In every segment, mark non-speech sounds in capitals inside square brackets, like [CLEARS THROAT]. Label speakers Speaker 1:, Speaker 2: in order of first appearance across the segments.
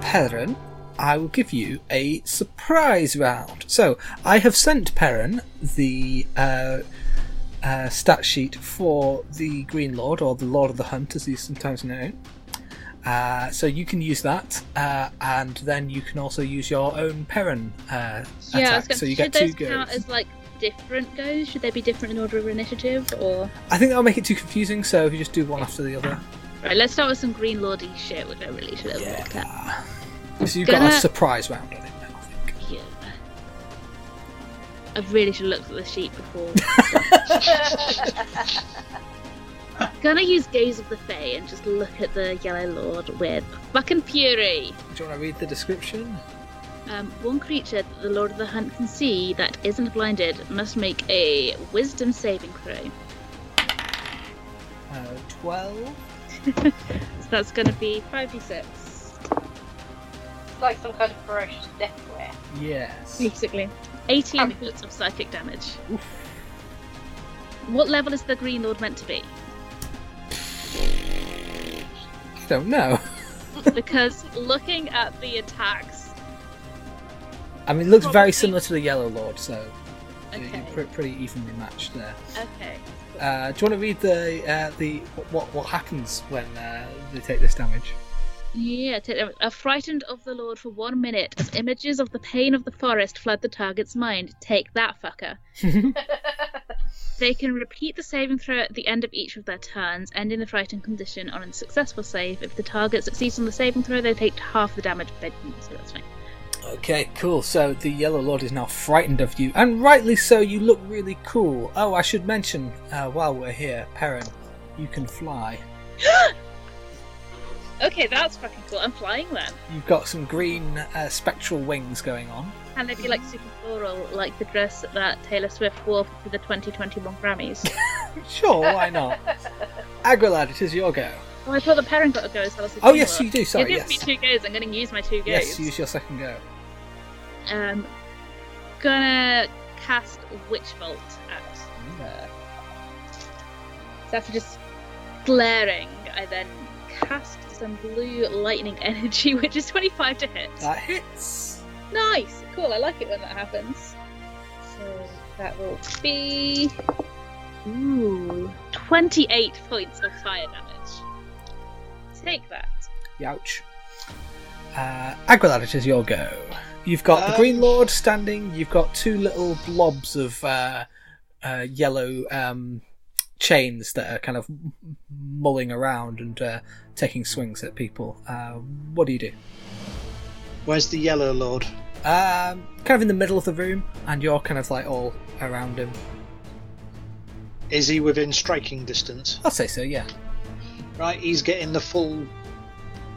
Speaker 1: Perrin, I will give you a surprise round. So I have sent Perrin the uh, uh, stat sheet for the Green Lord, or the Lord of the Hunt, as he's sometimes known. Uh, so you can use that, uh, and then you can also use your own Perrin uh,
Speaker 2: Yeah, I
Speaker 1: attack.
Speaker 2: was gonna,
Speaker 1: so you
Speaker 2: should
Speaker 1: get two
Speaker 2: those
Speaker 1: goes.
Speaker 2: count as like different goes? Should they be different in order of initiative? Or
Speaker 1: I think that'll make it too confusing. So if you just do one after the other,
Speaker 2: right, let's start with some green lordy shit, which I really should have looked at.
Speaker 1: so you've got
Speaker 2: Gonna-
Speaker 1: a surprise round on it. now, I think.
Speaker 2: Yeah. I really should have looked at the sheet
Speaker 1: [LAUGHS]
Speaker 2: before. Gonna use Gaze of the Fae and just look at the Yellow Lord with fucking fury.
Speaker 1: Do you want to read the description?
Speaker 2: Um, one creature that the Lord of the Hunt can see that isn't blinded must make a Wisdom saving throw.
Speaker 1: Uh, Twelve.
Speaker 2: So that's gonna be 5d6.
Speaker 3: It's like some kind of ferocious deathware.
Speaker 1: Yes.
Speaker 2: Basically. 18 points of psychic damage. What level is the Green Lord meant to [LAUGHS] be?
Speaker 1: I don't know.
Speaker 2: Because looking at the attacks,
Speaker 1: I mean, it looks very
Speaker 2: Probably-
Speaker 1: similar to the Yellow Lord, so you-
Speaker 2: okay,
Speaker 1: you're pre- pretty evenly matched there.
Speaker 2: okay,
Speaker 1: Uh, do you want to read the uh, the what what happens when uh, they take this damage?
Speaker 2: yeah. Take that. Are frightened of the Lord for one minute as images of the pain of the forest flood the target's mind. Take that, fucker. [LAUGHS] They can repeat the saving throw at the end of each of their turns, ending the frightened condition on a successful save. If the target succeeds on the saving throw, they take half the damage bitten, so that's fine.
Speaker 1: Okay, cool. So the Yellow Lord is now frightened of you, and rightly so. You look really cool. Oh, I should mention uh, while we're here, Perrin, you can fly.
Speaker 2: Okay, that's fucking cool. I'm flying then.
Speaker 1: You've got some green uh, spectral wings going on.
Speaker 2: Can they be like
Speaker 1: Mm-hmm.
Speaker 2: super floral, like the dress that Taylor Swift wore for the 2021 Grammys? [LAUGHS]
Speaker 1: Sure, why not? Agrilad, it is your go.
Speaker 2: Oh, I thought the parent got a go as well as the
Speaker 1: Oh
Speaker 2: team
Speaker 1: yes,
Speaker 2: got.
Speaker 1: you do. Sorry,
Speaker 2: You're
Speaker 1: yes,
Speaker 2: giving me two goes. I'm going to use my two goes.
Speaker 1: yes, use your second go.
Speaker 2: Um, gonna cast Witch Bolt at. So after just glaring, I then cast some blue lightning [LAUGHS] energy, which is 25 to hit.
Speaker 1: That hits.
Speaker 2: Nice, cool. I like it when that happens. So that will be ooh 28 points of fire damage. Take that.
Speaker 1: Youch. Uh, Agrilad, it is your go. You've got the Green
Speaker 4: Um,
Speaker 1: Lord standing. You've got two little blobs of uh, uh, yellow um, chains that are kind of mulling around and uh, taking swings at people. Uh, what do you do?
Speaker 4: Where's the yellow lord?
Speaker 1: Um, kind of in the middle of the room, and you're kind of like all around him.
Speaker 4: Is he within striking distance?
Speaker 1: I'll say so, yeah.
Speaker 4: Right, he's getting the full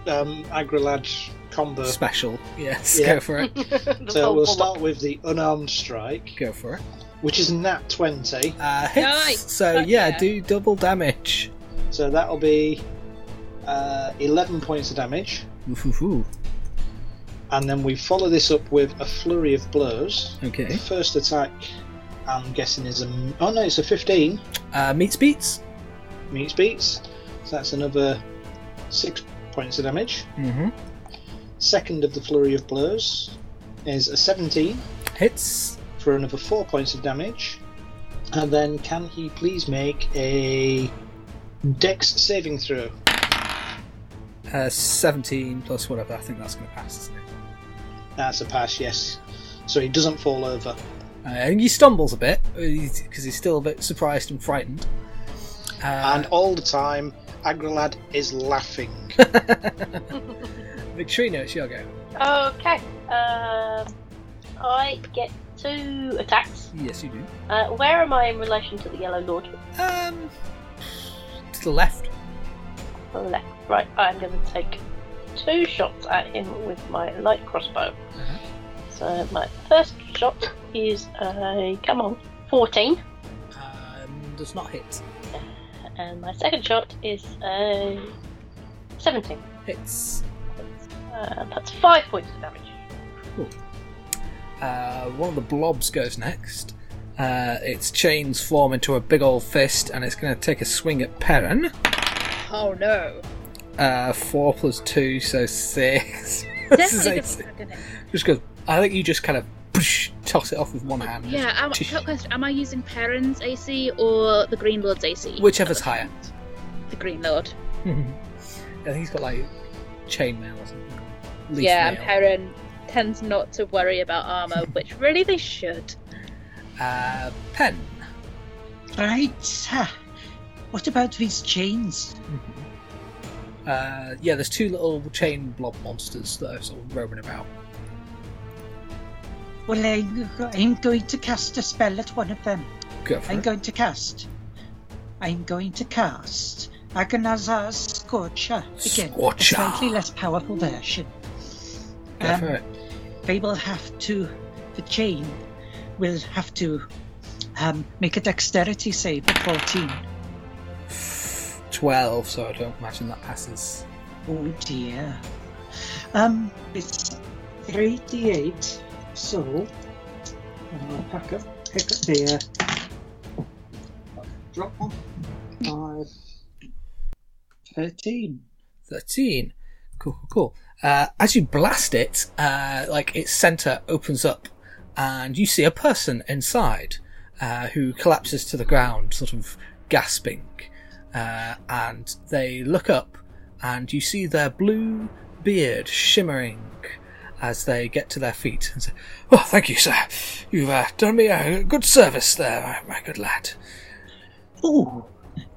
Speaker 4: um, Agrilad combo.
Speaker 1: Special. [LAUGHS] Yes,
Speaker 4: Uh. Yeah.
Speaker 1: go for it.
Speaker 3: [LAUGHS] The
Speaker 4: So
Speaker 3: whole
Speaker 4: we'll
Speaker 3: bullock.
Speaker 4: start with the unarmed strike,
Speaker 1: Go for it.
Speaker 4: which is nat 20.
Speaker 1: Uh, hits.
Speaker 2: Nice.
Speaker 1: So,
Speaker 2: Fuck
Speaker 1: yeah,
Speaker 2: yeah.
Speaker 1: do double damage.
Speaker 4: So that'll be uh, 11 points of damage.
Speaker 1: Oof, oof, ooh.
Speaker 4: And then we follow this up with a flurry of blows. The
Speaker 1: Okay.
Speaker 4: first attack, I'm guessing, is a. Oh no, it's a 15.
Speaker 1: Uh, meets beats.
Speaker 4: Meets beats. So that's another 6 points of damage.
Speaker 1: Mm-hmm.
Speaker 4: Second of the flurry of blows is a 17.
Speaker 1: Hits.
Speaker 4: for another four points of damage. And then can he please make a dex saving throw?
Speaker 1: Uh, 17 plus whatever. I think that's going to pass, isn't it?
Speaker 4: That's a pass, yes. So he doesn't fall over.
Speaker 1: Uh, and he stumbles a bit because he's still a bit surprised and frightened.
Speaker 4: and
Speaker 1: Uh,
Speaker 4: all the time, Agrilad is laughing.
Speaker 1: [LAUGHS] Victorino, it's your go.
Speaker 3: Okay. Um, I get two attacks.
Speaker 1: Yes, you do.
Speaker 3: Uh, where am I in relation to the Yellow Lord?
Speaker 1: Um, to the left.
Speaker 3: On the left. Right. I'm going to take two shots at him with my light crossbow.
Speaker 1: Uh-huh.
Speaker 3: So my first shot is a come on, 14,
Speaker 1: Um, does not hit.
Speaker 3: and my second shot is a 17.
Speaker 1: Hits.
Speaker 3: Uh, that's five points of damage.
Speaker 1: Uh, one of the blobs goes next. Uh, its chains form into a big old fist, and it's going to take a swing at Perrin.
Speaker 2: Oh no.
Speaker 1: Uh, four plus two, so six. [LAUGHS] This is AC.
Speaker 2: Definitely give him a second hit.
Speaker 1: Just goes. I think you just kind of push, toss it off with one hand.
Speaker 2: Yeah, am,
Speaker 1: Just-
Speaker 2: quick question. Am I using Perrin's AC or the Green Lord's AC?
Speaker 1: Whichever's higher.
Speaker 2: The Green Lord.
Speaker 1: [LAUGHS] I think he's got like chainmail or something. Leaf
Speaker 2: yeah, and
Speaker 1: mail.
Speaker 2: Perrin tends not to worry about [LAUGHS] armor, which really they should.
Speaker 1: Uh, pen.
Speaker 5: Right. ah, What about these chains?
Speaker 1: Uh, yeah, there's two little chain blob monsters that are sort of roaming about.
Speaker 5: Well, I, I'm going to cast a spell at one of them.
Speaker 1: Go for
Speaker 5: I'm
Speaker 1: it.
Speaker 5: going to cast. I'm going to cast Agonazar's Scorcher again.
Speaker 1: Scorcher.
Speaker 5: A slightly less powerful version. Um,
Speaker 1: Go for it.
Speaker 5: They will have to. The chain will have to um, make a dexterity save of 14.
Speaker 1: 12, so I don't imagine that passes.
Speaker 5: Oh dear. Um, it's 3d8, so. I'll pack up, pick up the. uh, Drop one. Five. 13.
Speaker 1: 13. Cool, cool, cool. Uh, as you blast it, uh, like its center opens up, and you see a person inside uh, who collapses to the ground, sort of gasping. Uh, and they look up, and you see their blue beard shimmering as they get to their feet and say, "Oh, thank you, sir. You've uh, done me a good service there, my good lad."
Speaker 5: Oh,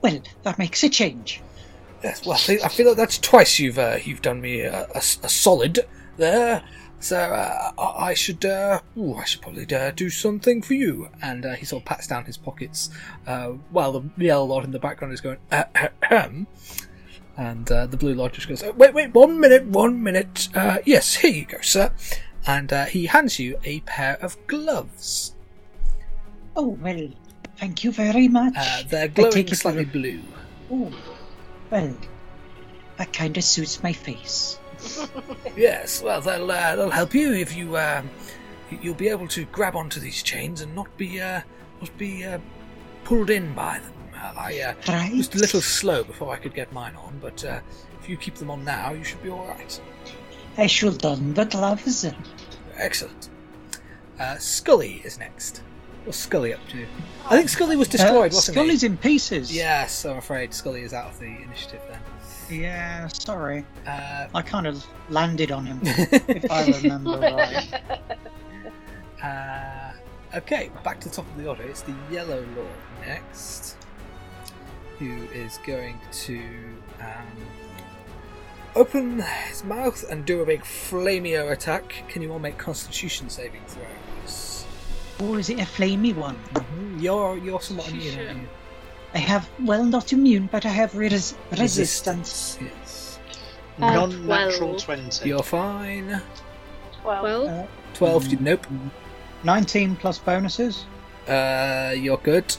Speaker 5: well, that makes a change.
Speaker 1: Yes, well, I, think, I feel like that's twice you've uh, you've done me a, a s- a solid there. So uh, I I should uh, ooh, I should probably uh, do something for you. And uh, he sort of pats down his pockets uh, while the yellow lord in the background is going ahem. And uh, the blue lord just goes, "Uh, wait, wait, one minute, one minute. Uh, yes, here you go, sir. And uh, he hands you a pair of gloves.
Speaker 5: Oh, well, thank you very much.
Speaker 1: Uh, they're
Speaker 5: I
Speaker 1: glowing
Speaker 5: take it
Speaker 1: slightly
Speaker 5: for-
Speaker 1: blue.
Speaker 5: Oh, well, that kind of suits my face.
Speaker 1: Yes, well, they'll uh, they'll help you if you um, y- you'll be able to grab onto these chains and not be uh, not be uh, pulled in by them. Uh, I uh,
Speaker 5: Right?
Speaker 1: was a little slow before I could get mine on, but uh, if you keep them on now, you should be all right.
Speaker 5: I shall don the gloves. then.
Speaker 1: Excellent. Uh, Scully is next. What's Scully up to? I think Scully was destroyed,
Speaker 5: Uh,
Speaker 1: wasn't
Speaker 5: Scully's
Speaker 1: he?
Speaker 5: in pieces.
Speaker 1: Yes, I'm afraid Scully is out of the initiative then.
Speaker 5: Yeah, sorry.
Speaker 1: Uh,
Speaker 5: I kind of landed on him,
Speaker 1: [LAUGHS]
Speaker 5: if I remember right.
Speaker 1: Uh, okay, back to the top of the order. It's the Yellow Lord next, who is going to um, open his mouth and do a big flameo attack. Can you all make Constitution saving throws?
Speaker 5: Or is it a flamey one?
Speaker 1: Mhm, You're you're somewhat immune. aren't you?
Speaker 5: I have, well, not immune, but I have res- resistance.
Speaker 1: Yes.
Speaker 2: Uh,
Speaker 4: Non-natural
Speaker 2: twelve.
Speaker 4: twenty.
Speaker 1: You're fine.
Speaker 3: Well,
Speaker 2: Well,
Speaker 5: Uh,
Speaker 1: Twelve. Nope.
Speaker 5: 19 plus bonuses.
Speaker 1: Uh, you're good.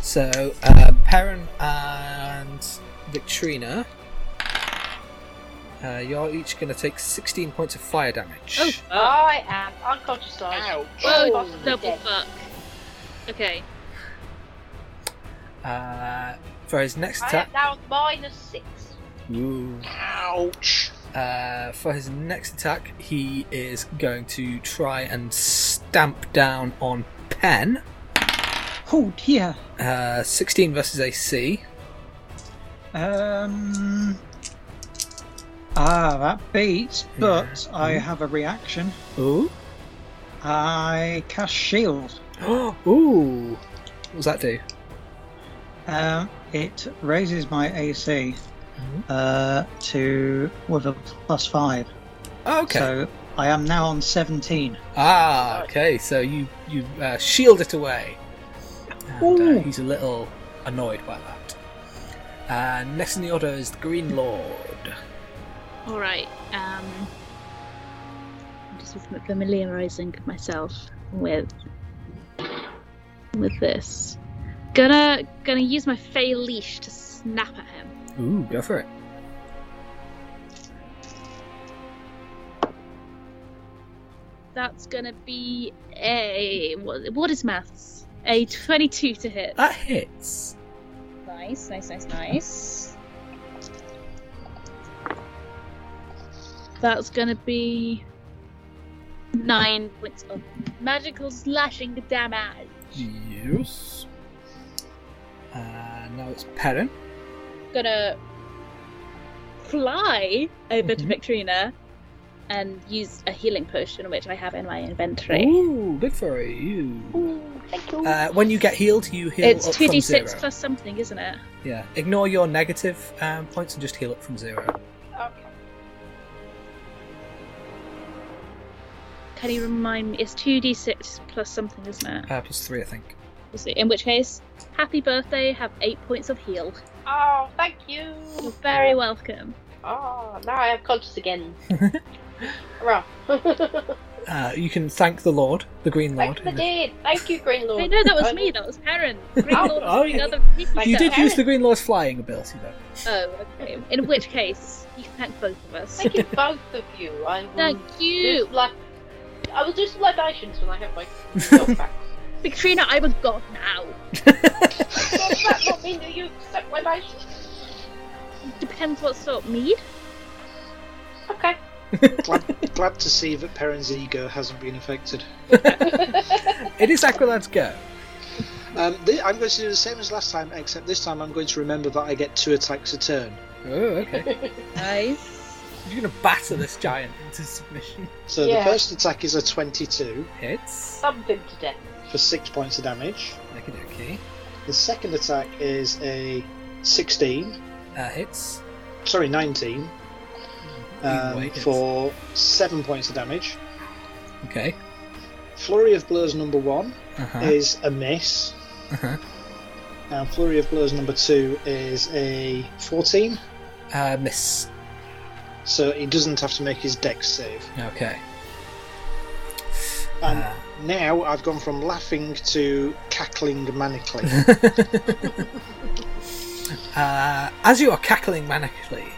Speaker 1: So, uh, Perrin and Victrina, uh, you're each going to take 16 points of fire damage.
Speaker 2: Oh.
Speaker 3: I am unconscious. Ow.
Speaker 2: oh,
Speaker 3: possibly
Speaker 2: double
Speaker 3: dead.
Speaker 2: fuck. Okay.
Speaker 1: Uh, for his next
Speaker 3: I am
Speaker 1: attack,
Speaker 3: now minus six.
Speaker 1: Ooh.
Speaker 4: Ouch.
Speaker 1: uh, for his next attack, he is going to try and stamp down on Pen.
Speaker 5: Oh dear.
Speaker 1: Uh, 16 versus AC.
Speaker 5: Um. Ah, that beats, but I have a reaction.
Speaker 1: Ooh.
Speaker 5: I cast shield.
Speaker 1: [GASPS] Ooh. What does that do?
Speaker 5: Um, it raises my AC uh, to with a plus five.
Speaker 1: Okay.
Speaker 5: So I am now on 17.
Speaker 1: Ah, okay. So you you uh, shield it away, and uh,
Speaker 5: Ooh.
Speaker 1: he's a little annoyed by that. Uh, next in the order is the Green Lord.
Speaker 2: Alright. Um, I'm just familiarizing myself with with this. Gonna gonna use my fey leash to snap at him.
Speaker 1: Ooh, go for it.
Speaker 2: That's gonna be a what, what is maths? A twenty-two to hit.
Speaker 1: That hits.
Speaker 2: Nice, nice, nice, nice. That's gonna be nine points of magical slashing damage.
Speaker 1: Yes. Uh, now it's Perrin.
Speaker 2: Gonna fly over to
Speaker 1: Mhm.
Speaker 2: Victorina and use a healing potion, which I have in my inventory.
Speaker 1: Ooh, good for you.
Speaker 3: Ooh, thank you.
Speaker 1: Uh, when you get healed, you heal
Speaker 2: It's
Speaker 1: up
Speaker 2: two d
Speaker 1: from
Speaker 2: six
Speaker 1: zero.
Speaker 2: plus something, isn't it?
Speaker 1: Yeah. Ignore your negative um, points and just heal up from zero.
Speaker 3: okay.
Speaker 2: Can you remind me? It's two d six plus something, isn't it?
Speaker 1: Uh, plus three, I think.
Speaker 2: Is it- In which case, happy birthday! Have eight points of heal.
Speaker 3: Oh, thank you.
Speaker 2: You're very welcome.
Speaker 3: Oh, now I am
Speaker 1: [LAUGHS]
Speaker 3: conscious again. Right. Thank
Speaker 1: Uh, you can thank the Lord, the Green Lord.
Speaker 3: the dead. Thank you, Green Lord.
Speaker 2: Hey, no, that was
Speaker 3: I-
Speaker 2: me. That was
Speaker 1: [LAUGHS]
Speaker 2: Perrin. Green
Speaker 1: Oh,
Speaker 2: Lord
Speaker 1: oh,
Speaker 2: doing
Speaker 1: yeah.
Speaker 2: other people
Speaker 1: you did
Speaker 2: stuff.
Speaker 1: use the Green Lord's flying ability, though.
Speaker 2: Oh, okay. In which case, you can thank both of us.
Speaker 3: Thank you, both of [LAUGHS] you. I will
Speaker 2: Thank
Speaker 3: do
Speaker 2: you,
Speaker 3: like I will do some libations when I
Speaker 1: [LAUGHS]
Speaker 3: have my health back.
Speaker 2: Victorina. I'm a god now.
Speaker 3: Does that not mean that you accept libations?
Speaker 2: Depends what sort. Mead.
Speaker 3: Okay.
Speaker 4: glad, glad to see that Perrin's ego hasn't been affected.
Speaker 1: It is Aquilad's go.
Speaker 4: Um, th- I'm going to do the same as last time, except this time I'm going to remember that I get two attacks a turn.
Speaker 1: Oh, okay.
Speaker 2: Nice.
Speaker 1: [LAUGHS] You're gonna batter this giant into submission.
Speaker 4: So
Speaker 3: Yeah.
Speaker 4: the first attack is a 22
Speaker 1: Hits.
Speaker 3: Sub him to death.
Speaker 4: for six points of damage.
Speaker 1: Okay, okay.
Speaker 4: The second attack is a 16,
Speaker 1: Uh, hits.
Speaker 4: sorry, 19
Speaker 1: Either
Speaker 4: um,
Speaker 1: way, hits.
Speaker 4: for seven points of damage.
Speaker 1: Okay.
Speaker 4: Flurry of blows number one
Speaker 1: Uh-huh.
Speaker 4: is a miss,
Speaker 1: Uh-huh.
Speaker 4: and flurry of blows number two is a 14.
Speaker 1: Uh, miss.
Speaker 4: So he doesn't have to make his dex save.
Speaker 1: Okay.
Speaker 4: And
Speaker 1: Uh.
Speaker 4: now I've gone from laughing to cackling manically.
Speaker 1: [LAUGHS] uh, as you are cackling manically,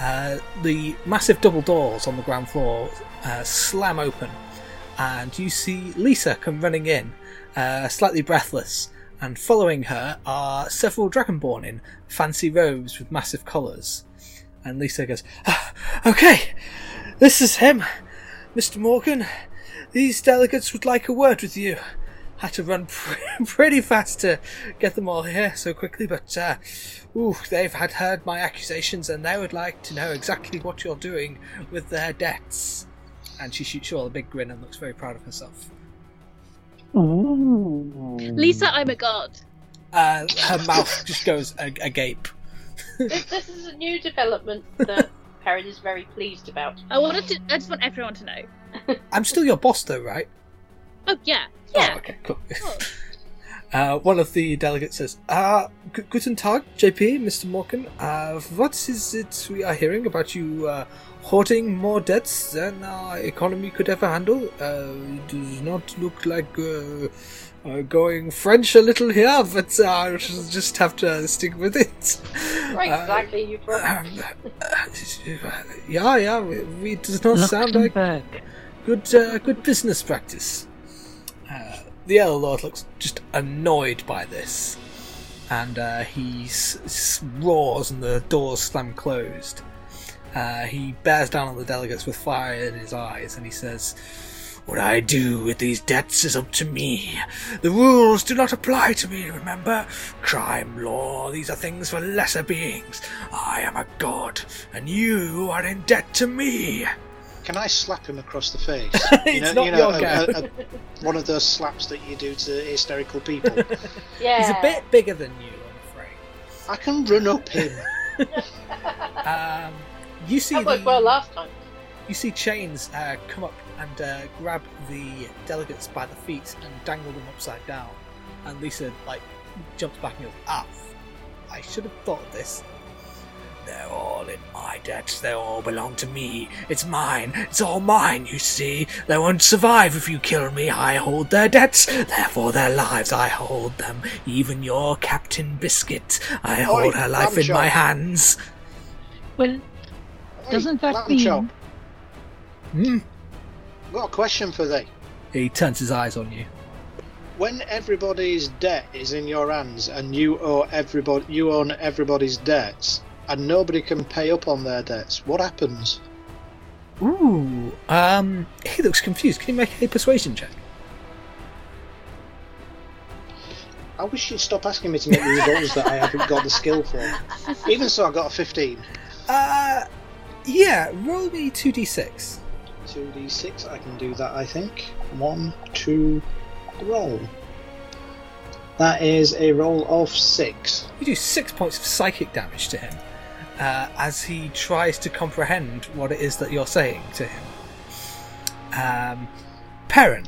Speaker 1: uh, the massive double doors on the ground floor uh, slam open, and you see Lisa come running in, uh, slightly breathless. And following her are several dragonborn in fancy robes with massive collars. And Lisa goes, "Ah, "Okay, this is him, Mr. Morgan. These delegates would like a word with you." had to run [LAUGHS] pre- pretty fast to get them all here so quickly, but uh, ooh, they've had heard my accusations and they would like to know exactly what you're doing with their debts. And she shoots you all a big grin and looks very proud of herself. Hmm.
Speaker 2: Lisa, I'm a god.
Speaker 1: Uh, her mouth just goes a- agape.
Speaker 3: This, this is a new development
Speaker 1: [LAUGHS]
Speaker 3: that Perrin is very pleased about.
Speaker 2: I wanted to. I just want everyone to know.
Speaker 1: I'm still your boss, though, right?
Speaker 2: Oh yeah, yeah.
Speaker 1: Oh, okay, cool.
Speaker 2: Oh.
Speaker 1: Uh, one of the delegates says, uh, G- Guten Tag, JP, Mr. Morgan. Uh, what is it we are hearing about you uh, hoarding more debts than our economy could ever handle? Uh, it does not look like uh, uh, going French a little here, but uh, I shall just have to stick with it.
Speaker 3: Right,
Speaker 1: Uh,
Speaker 3: exactly, you brought.
Speaker 1: um, uh, yeah, yeah, we- it does not sound like
Speaker 6: Luxembourg.
Speaker 1: good uh, good business practice. Uh, the Elder Lord looks just annoyed by this, and uh, he s- s- roars and the doors slam closed. Uh, he bears down on the delegates with fire in his eyes, and he says, "What I do with these debts is up to me. The rules do not apply to me. Remember, crime law. These are things for lesser beings. I am a god, and you are in debt to [LAUGHS] me."
Speaker 4: Can I slap him across the face?
Speaker 1: [LAUGHS] It's not your
Speaker 4: a-
Speaker 1: go.
Speaker 4: a- a- one of those slaps that you do to hysterical people.
Speaker 3: Yeah.
Speaker 1: He's a bit bigger than you, I'm
Speaker 4: I can run up him.
Speaker 1: afraid. Um, you see,
Speaker 3: Uh, That worked
Speaker 1: the-
Speaker 3: well last time.
Speaker 1: you see chains uh, come up and uh, grab the delegates by the feet and dangle them upside down. And Lisa like jumps back and goes, "Ah, I should have thought of this." They're all in my debt. They all belong to me. It's mine. It's all mine. You see, they won't survive if you kill me. I hold their debts. Therefore, their lives I hold them. Even your Captain Biscuit, I hold her life in
Speaker 4: Ramshot.
Speaker 1: my hands.
Speaker 6: Well, [LAUGHS] doesn't that
Speaker 4: Lamb
Speaker 6: mean
Speaker 4: chop.
Speaker 1: Hmm.
Speaker 4: Got a question for thee.
Speaker 1: He turns his eyes on you.
Speaker 4: When everybody's debt is in your hands and you owe everybody, you own everybody's debts, and nobody can pay up on their debts, what happens?
Speaker 1: Ooh. Um, he looks confused. Can you make a persuasion check?
Speaker 4: I wish you'd stop asking me to make these rolls that I haven't got the
Speaker 6: [LAUGHS]
Speaker 4: skill for. Even so, I got a 15.
Speaker 1: Uh, yeah. Roll me two d six.
Speaker 4: 2d6, I can do that, I think. One, two, roll. That is a roll of six.
Speaker 1: You do six points of psychic damage to him uh, as he tries to comprehend what it is that you're saying to him. Um, Perrin,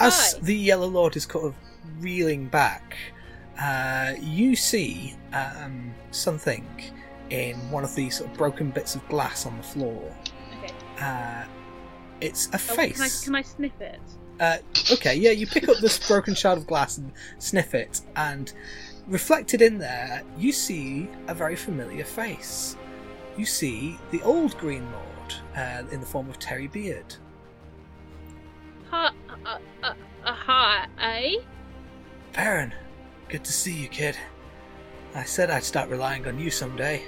Speaker 1: as
Speaker 2: Hi.
Speaker 1: the Yellow Lord is kind of reeling back, uh, you see um, something in one of these sort of broken bits of glass on the floor.
Speaker 2: Okay.
Speaker 1: Uh, it's a
Speaker 2: Oh,
Speaker 1: face.
Speaker 2: Can I, can I sniff it?
Speaker 1: Uh, okay, yeah, you pick up this broken shard of glass and sniff it, and reflected in there, you see a very familiar face. You see the old Green Lord uh, in the form of Terry Beard.
Speaker 2: Ha, uh, uh, uh, hi, eh?
Speaker 1: Baron, good to see you, kid. I said I'd start relying on you someday.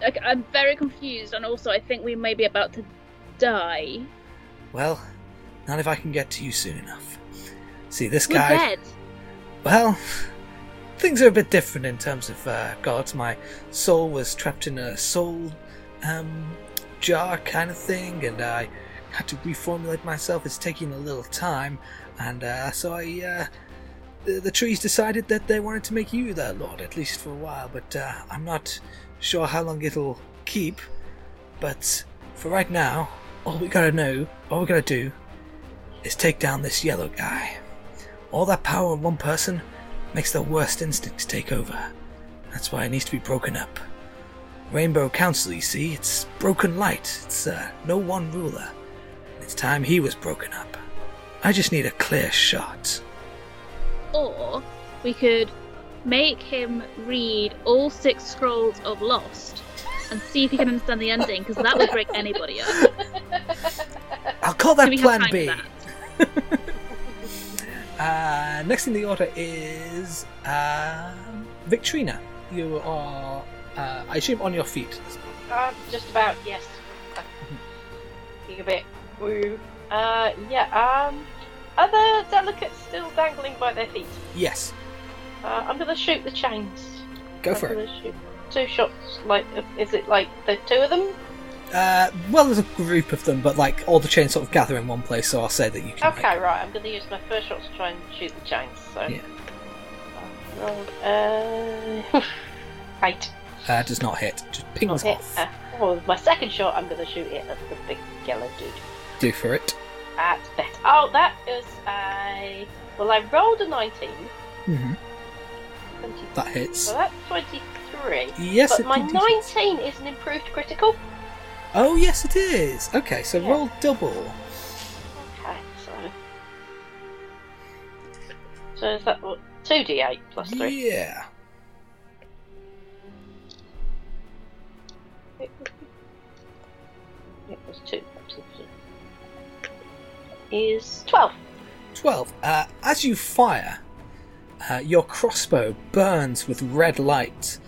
Speaker 2: Like, I'm very confused, and also I think we may be about to die.
Speaker 1: Well, not if I can get to you soon enough. See, this
Speaker 2: We're
Speaker 1: guy.
Speaker 2: dead.
Speaker 1: Well, things are a bit different in terms of uh, gods. My soul was trapped in a soul um, jar kind of thing, and I had to reformulate myself. It's taking a little time, and uh, so I. Uh, the, the trees decided that they wanted to make you their lord, at least for a while, but uh, I'm not sure how long it'll keep. But for right now, all we gotta know, all we gotta do, is take down this yellow guy. All that power in one person makes their worst instincts take over. That's why it needs to be broken up. Rainbow Council, you see, it's broken light. It's uh, no one ruler. It's time he was broken up. I just need a clear shot.
Speaker 2: Or we could make him read all six scrolls of Lost and see if he can understand the ending, because that would break anybody up. So
Speaker 1: I'll call [LAUGHS] that
Speaker 2: we have
Speaker 1: Plan
Speaker 2: time for
Speaker 1: B.
Speaker 2: that.
Speaker 1: Uh, next in the order is um Victrina. You are, uh, I assume, on your feet.
Speaker 3: Uh, just about, yes. [LAUGHS] Being a bit woo. Uh, yeah, um, are the delegates still dangling by their feet?
Speaker 1: Yes,
Speaker 3: Uh, I'm gonna shoot the chains.
Speaker 1: go
Speaker 3: I'm
Speaker 1: for it.
Speaker 3: gonna shoot two shots, like, is it like the two of them?
Speaker 1: Uh, well, there's a group of them, but like all the chains sort of gather in one place, so I'll say that you can.
Speaker 3: Okay, right, I'm gonna use my first shot to try and shoot the chains, so.
Speaker 1: Yeah.
Speaker 3: Uh, [LAUGHS] eight.
Speaker 1: uh, does not hit. Just pings
Speaker 3: Okay,
Speaker 1: off.
Speaker 3: uh, well, with my second shot, I'm gonna shoot it at the big yellow dude.
Speaker 1: Do for it.
Speaker 3: That's better. Oh, that is a. Well, I rolled a 19.
Speaker 1: Mm-hmm.
Speaker 3: 20,
Speaker 1: That hits.
Speaker 3: So that's 23.
Speaker 1: Yes,
Speaker 3: but
Speaker 1: it
Speaker 3: my
Speaker 1: did.
Speaker 3: 19 is an improved critical.
Speaker 1: Oh, yes, it is. Okay, so
Speaker 3: Yeah.
Speaker 1: roll double.
Speaker 3: Okay, so. So is that what? 2d8 plus 3.
Speaker 1: Yeah.
Speaker 3: It was 2. Is 12.
Speaker 1: 12. Uh, as you fire, uh, your crossbow burns with red light,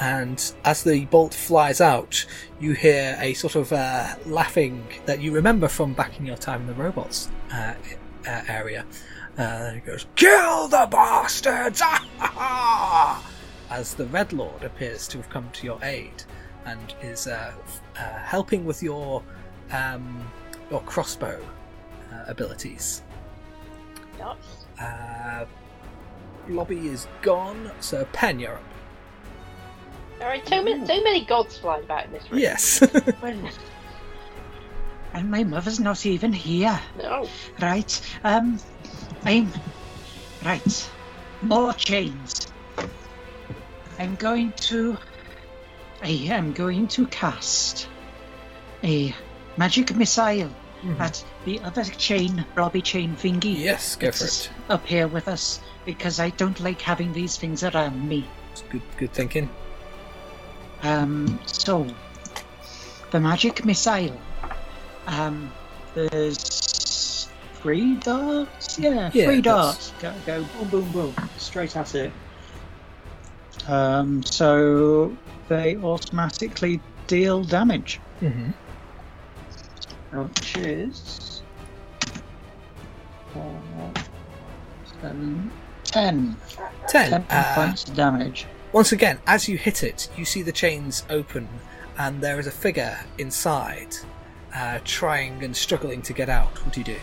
Speaker 1: and as the bolt flies out, you hear a sort of uh, laughing that you remember from back in your time in the robots uh, uh, area. Uh, it goes, Kill the bastards! [LAUGHS] Ah, ha, ha!" as the Red Lord appears to have come to your aid and is uh, f- uh, helping with your, um, your crossbow uh, abilities.
Speaker 3: Nice.
Speaker 1: Uh, Blobby is gone, so Pen, you're up.
Speaker 3: There are too many, too many gods flying about in this room. [LAUGHS]
Speaker 5: [LAUGHS]
Speaker 1: Yes.
Speaker 5: And my mother's not even here.
Speaker 3: No.
Speaker 5: Right. Um, I'm right. More chains. I'm going to. I am going to cast a magic missile at the other chain, Robbie chain thingy.
Speaker 1: yes, go for
Speaker 5: It's
Speaker 1: it.
Speaker 5: Up here with us because I don't like having these things around me.
Speaker 1: It's good, good thinking.
Speaker 5: Um, so, the magic missile. Um, there's three darts. Yeah,
Speaker 1: Yeah,
Speaker 5: three
Speaker 1: that's-
Speaker 5: darts. Go, go boom, boom, boom, straight at it. Um, so they automatically deal damage.
Speaker 1: Mm-hmm.
Speaker 5: which is four, seven, ten.
Speaker 1: Ten.
Speaker 5: Ten
Speaker 1: Uh,
Speaker 5: points of damage.
Speaker 1: once again, as you hit it, you see the chains open, and there is a figure inside, uh, trying and struggling to get out. What do you do?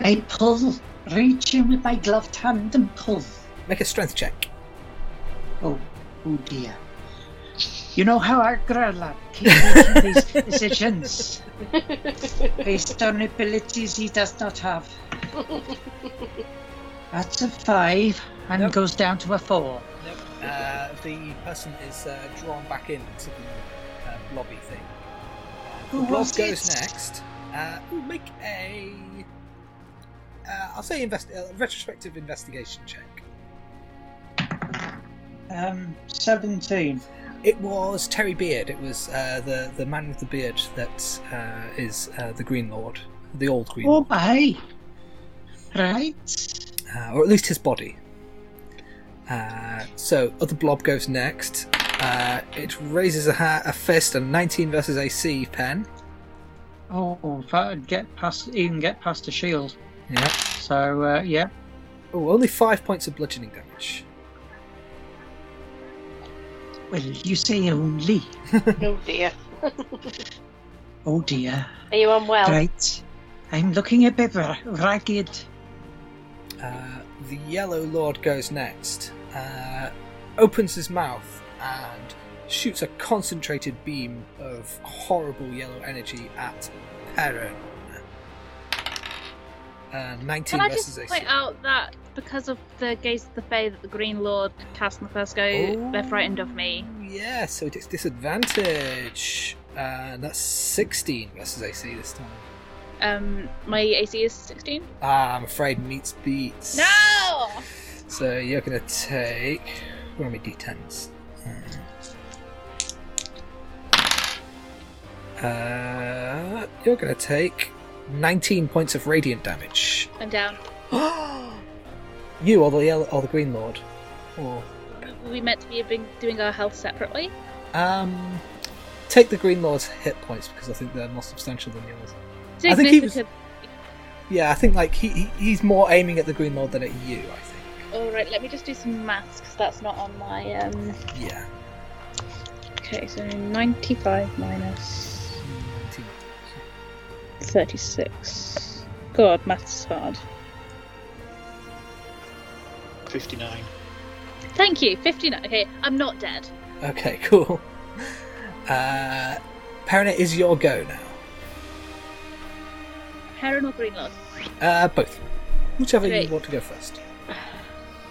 Speaker 6: I pull, reach in with my gloved hand and pull.
Speaker 1: Make a strength check.
Speaker 6: Oh, oh dear. You know how our Gralad [LAUGHS] keeps making these decisions based on abilities he does not have. That's a five and
Speaker 1: Nope.
Speaker 6: goes down to a four.
Speaker 1: Uh, the person is uh, drawn back into the uh, lobby thing. Uh,
Speaker 6: Who
Speaker 1: Blob
Speaker 6: was it?
Speaker 1: goes next. Uh, ooh, make a. Uh, I'll say invest- uh, retrospective investigation check.
Speaker 5: Um, seventeen.
Speaker 1: It was Terry Beard. It was uh, the the man with the beard that uh, is uh, the Green Lord, the old Green
Speaker 6: Oh
Speaker 1: Lord,
Speaker 6: my! Right.
Speaker 1: uh, or at least his body. Uh, so other blob goes next. Uh, it raises a, ha- a fist and 19 versus AC pen.
Speaker 5: Oh, if I get past, even get past the shield.
Speaker 1: Yeah.
Speaker 5: So uh, yeah,
Speaker 1: Oh, only five points of bludgeoning damage.
Speaker 6: Well, you say only.
Speaker 3: Oh dear.
Speaker 6: Oh dear.
Speaker 3: Are you unwell?
Speaker 6: Right. I'm looking a bit ra- ragged.
Speaker 1: Uh, the Yellow Lord goes next, uh, opens his mouth, and shoots a concentrated beam of horrible yellow energy at Perrin. Uh, 19
Speaker 2: Can I
Speaker 1: versus
Speaker 2: just
Speaker 1: AC.
Speaker 2: point out that because of the gaze of the Fae that the Green Lord cast in the first go,
Speaker 1: Oh.
Speaker 2: they're frightened of me.
Speaker 1: Yeah, so it's disadvantage. Uh, that's 16 versus AC this time.
Speaker 2: Um, my AC is 16.
Speaker 1: Ah, I'm afraid meets beats. So you're gonna take. Where are my d10s? Hmm. Uh, you're gonna take 19 points of radiant damage.
Speaker 2: I'm down.
Speaker 1: you or the yellow, or the green lord, or
Speaker 2: Were we meant to be being- doing our health separately?
Speaker 1: um, take the green lord's hit points because I think they're more substantial than yours. I think he was-
Speaker 2: Significant.
Speaker 1: Yeah, I think like he, he he's more aiming at the green lord than at you. I think.
Speaker 2: All right, let me just do some maths because that's not on my. Um...
Speaker 1: Yeah.
Speaker 2: Okay, so 95 minus
Speaker 1: 19.
Speaker 2: 36. God, maths is hard.
Speaker 4: 59.
Speaker 2: Thank you. 59. Okay, I'm not dead.
Speaker 1: Okay, [LAUGHS] cool. Uh, Perrin, it is your go now.
Speaker 2: Heron or Green Lord?
Speaker 1: Uh, both. Whichever
Speaker 2: Great.
Speaker 1: you want to go first.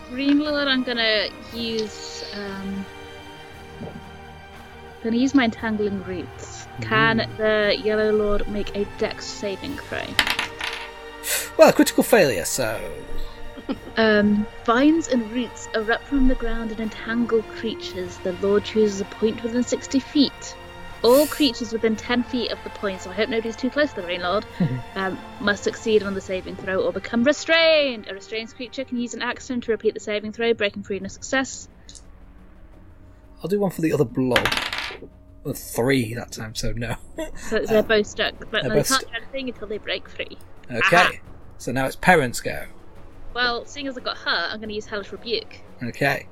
Speaker 2: Green Lord, I'm gonna use. Um, I'm gonna use my entangling roots. Can the Yellow Lord make a Dex saving throw?
Speaker 1: Well, critical failure, so.
Speaker 2: Um, vines and roots erupt from the ground and entangle creatures. The Lord chooses a point within 60 feet. All creatures within 10 feet of the point, so I hope nobody's too close to the Green Lord, um, must succeed on the saving throw or become restrained. A restrained creature can use an action to repeat the saving throw, breaking free in a success.
Speaker 1: I'll do one for the other blob. Well, three that time, so no. [LAUGHS]
Speaker 2: So they're both stuck, but
Speaker 1: Um, they're
Speaker 2: they
Speaker 1: both
Speaker 2: can't
Speaker 1: stu-
Speaker 2: do anything until they break free. Aha.
Speaker 1: Okay. so now it's Perrin's go.
Speaker 2: Well, seeing as I got hurt, I'm going to use Hellish Rebuke,
Speaker 1: Okay.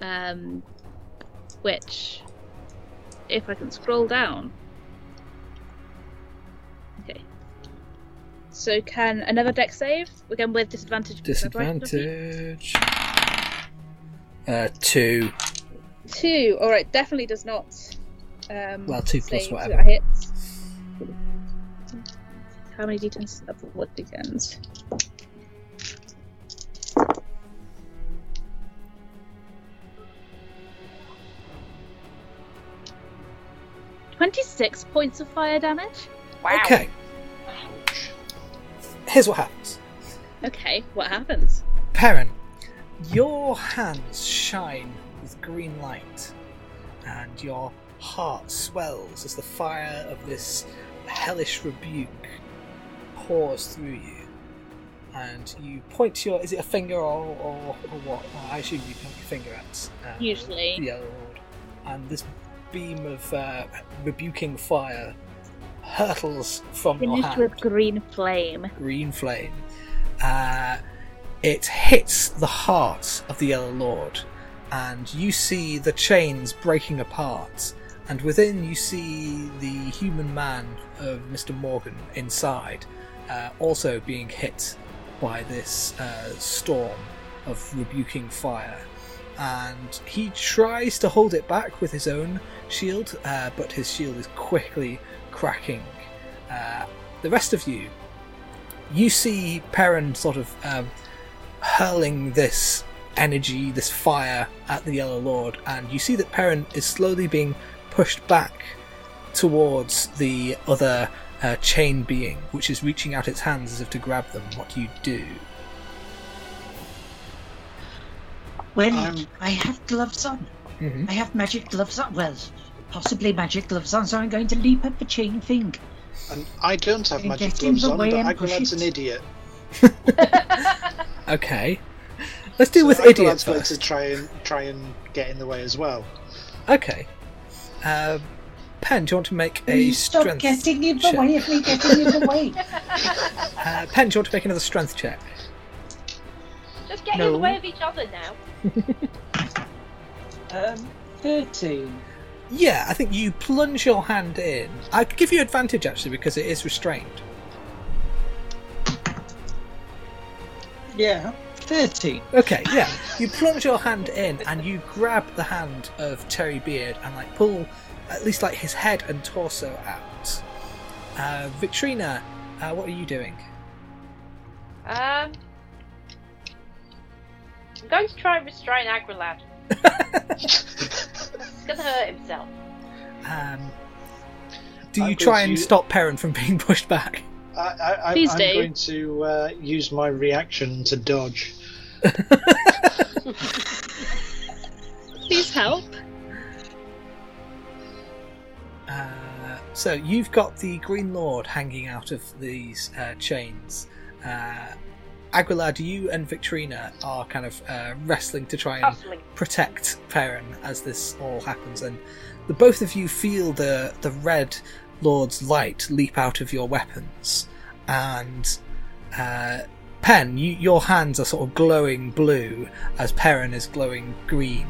Speaker 2: um, which, if I can scroll down, okay. So can another deck save? Again with disadvantage. because I've righted of you.
Speaker 1: Disadvantage. Uh, two.
Speaker 2: Two. All right, definitely does not. Um,
Speaker 1: Well, two plus
Speaker 2: save
Speaker 1: whatever.
Speaker 2: That hits. How many d10s of what begins? Twenty-six points of fire damage.
Speaker 3: Wow.
Speaker 1: Okay. Here's what happens.
Speaker 2: Okay, what happens?
Speaker 1: Perrin, your hands shine with green light, and your heart swells as the fire of this hellish rebuke pours through you. And you point to your. Is it a finger or, or, or what? I assume you point your finger at. uh,
Speaker 2: Usually.
Speaker 1: The Elder Lord. And this beam of uh, rebuking fire hurtles from your
Speaker 2: Finished
Speaker 1: hand.
Speaker 2: with green flame.
Speaker 1: green flame. Uh, it hits the heart of the Yellow Lord, and you see the chains breaking apart. And within, you see the human man of Mr. Morgan inside, uh, also being hit by this uh, storm of rebuking fire. And he tries to hold it back with his own shield, uh, but his shield is quickly cracking. Uh, the rest of you, you see Perrin sort of um, hurling this energy, this fire at the Yellow Lord, and you see that Perrin is slowly being pushed back towards the other uh, chain being, which is reaching out its hands as if to grab them. What do you do?
Speaker 6: Well,
Speaker 4: Um,
Speaker 6: I have gloves on.
Speaker 1: Mm-hmm.
Speaker 6: I have magic gloves on. Well, possibly magic gloves on, so I'm going to leap at the chain thing.
Speaker 4: And I don't have
Speaker 6: Can you
Speaker 4: magic
Speaker 6: get in
Speaker 4: gloves
Speaker 6: the
Speaker 4: on,
Speaker 6: way
Speaker 4: but
Speaker 6: and push
Speaker 4: Agrilad's an
Speaker 6: it?
Speaker 4: idiot.
Speaker 1: Okay. Let's deal with
Speaker 4: so
Speaker 1: idiot
Speaker 4: Agrilad's going to
Speaker 1: first.
Speaker 4: try and try and get in the way as well.
Speaker 1: Okay. Um Pen, do you want to make
Speaker 6: Will
Speaker 1: a
Speaker 6: you stop
Speaker 1: strength?
Speaker 6: getting in the
Speaker 1: check?
Speaker 6: way of me getting in
Speaker 1: [LAUGHS]
Speaker 6: the way?
Speaker 1: Uh, Pen, do you want to make another strength check?
Speaker 3: Just get in
Speaker 5: No.
Speaker 3: the way of each other now.
Speaker 5: Um, 13.
Speaker 1: Yeah, I think you plunge your hand in. I could give you advantage actually because it is restrained.
Speaker 5: Yeah, 13.
Speaker 1: Okay, yeah. You plunge your hand in and you grab the hand of Terry Beard and like pull at least like his head and torso out. Uh, Victrina, uh, what are you doing?
Speaker 3: Um, I'm going to try and restrain Agrilad. He's gonna hurt himself.
Speaker 1: Um, do
Speaker 4: I
Speaker 1: you try
Speaker 4: guess
Speaker 1: and
Speaker 4: you-
Speaker 1: stop Perrin from being [LAUGHS] pushed back?
Speaker 4: I, I, I,
Speaker 2: Please
Speaker 4: I'm
Speaker 2: do.
Speaker 4: going to uh, use my reaction to dodge.
Speaker 2: Please help.
Speaker 1: Uh, so you've got the Green Lord hanging out of these uh, chains. Uh, Aguilad, you and Victrina are kind of uh, wrestling to try and
Speaker 3: Hustling.
Speaker 1: protect Perrin as this all happens, and the both of you feel the the red Lord's light leap out of your weapons, and uh, Pen, you, your hands are sort of glowing blue as Perrin is glowing green.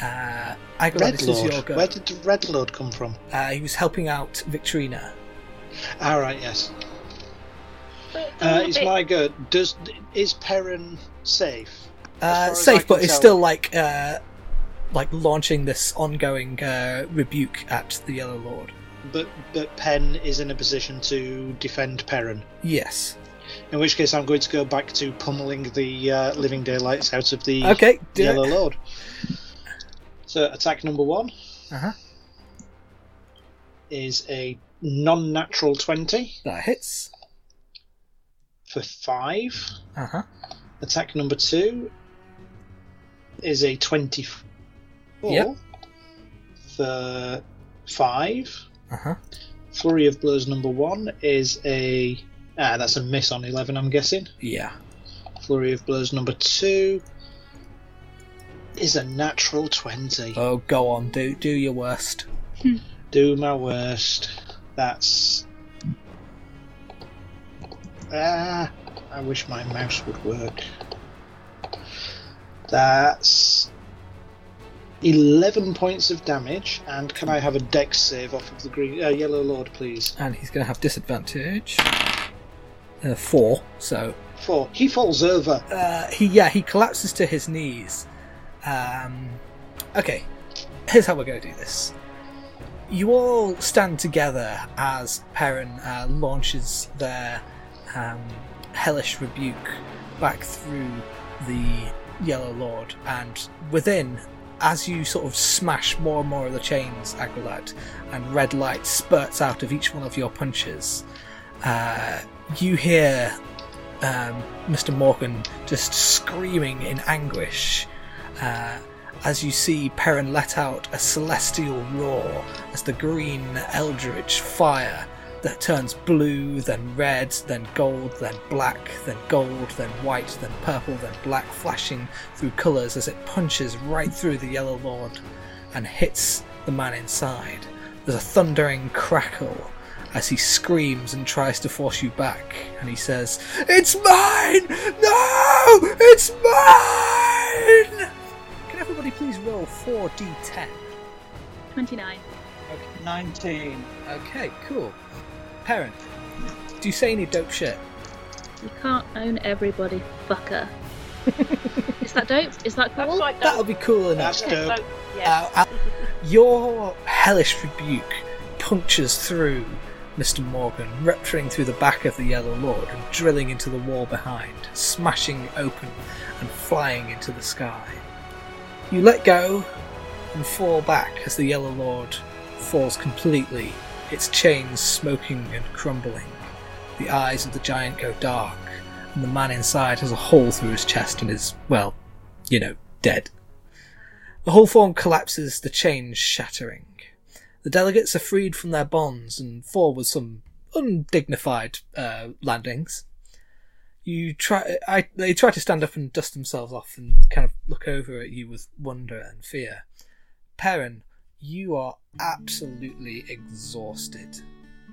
Speaker 1: Uh, Aguilad,
Speaker 4: Red
Speaker 1: this is your
Speaker 4: Lord.
Speaker 1: go.
Speaker 4: Where did the Red Lord come from?
Speaker 1: Uh, he was helping out Victrina.
Speaker 4: All right, yes.
Speaker 3: But it's a
Speaker 4: Uh,
Speaker 3: little
Speaker 4: it's
Speaker 3: bit-
Speaker 4: my go. Does is Perrin safe? As far
Speaker 1: Uh,
Speaker 4: as I
Speaker 1: safe,
Speaker 4: can
Speaker 1: but it's
Speaker 4: tell.
Speaker 1: still like uh, like launching this ongoing uh, rebuke at the Yellow Lord.
Speaker 4: But but Penn is in a position to defend Perrin.
Speaker 1: Yes.
Speaker 4: In which case, I'm going to go back to pummeling the uh, Living Daylights out of the
Speaker 1: Okay. Do it.
Speaker 4: Yellow Lord. So attack number one
Speaker 1: Uh-huh.
Speaker 4: is a non-natural twenty
Speaker 1: That hits.
Speaker 4: for five.
Speaker 1: Uh huh.
Speaker 4: Attack number two is a twenty-four
Speaker 1: Yep.
Speaker 4: for five.
Speaker 1: Uh huh.
Speaker 4: Flurry of blows number one is a ah, that's a miss on eleven. I'm guessing.
Speaker 1: Yeah.
Speaker 4: Flurry of blows number two is a natural twenty.
Speaker 1: Oh, go on. Do do your worst.
Speaker 4: Do my worst. That's ah. I wish my mouse would work. That's eleven points of damage. And can I have a dex save off of the green uh, yellow lord, please?
Speaker 1: And he's going to have disadvantage. Uh, four. So
Speaker 4: Four. He falls over.
Speaker 1: uh, he yeah he collapses to his knees. Um, okay, here's how we're going to do this. You all stand together as Perrin uh, launches their um, hellish rebuke back through the Yellow Lord, and within, as you sort of smash more and more of the chains, Agulad, and red light spurts out of each one of your punches, uh, you hear um, Mr. Morgan just screaming in anguish uh, as you see Perrin let out a celestial roar as the green eldritch fire that turns blue, then red, then gold, then black, then gold, then white, then purple, then black, flashing through colours as it punches right through the Yellow Lord and hits the man inside. There's a thundering crackle as he screams and tries to force you back, and he says, It's mine! No! It's mine! Can everybody please roll 4d10?
Speaker 2: 29.
Speaker 5: 19.
Speaker 1: Okay, cool. Parent, do you say any dope shit?
Speaker 2: You can't own everybody,
Speaker 1: [LAUGHS]
Speaker 2: fucker. Is that dope? Is that
Speaker 3: That's
Speaker 2: cool?
Speaker 3: quite
Speaker 1: That'll
Speaker 3: dope.
Speaker 1: be cool enough.
Speaker 4: That's dope.
Speaker 3: So, yeah.
Speaker 1: Uh, uh, your hellish rebuke punctures through Mr. Morgan, rupturing through the back of the Yellow Lord and drilling into the wall behind, smashing open and flying into the sky. You let go and fall back as the Yellow Lord falls completely, its chains smoking and crumbling. The eyes of the giant go dark, and the man inside has a hole through his chest and is, well, you know, dead. The whole form collapses, the chains shattering. The delegates are freed from their bonds and fall with some undignified uh, landings. You try, I, they try to stand up and dust themselves off and kind of look over at you with wonder and fear. Perrin, you are absolutely exhausted.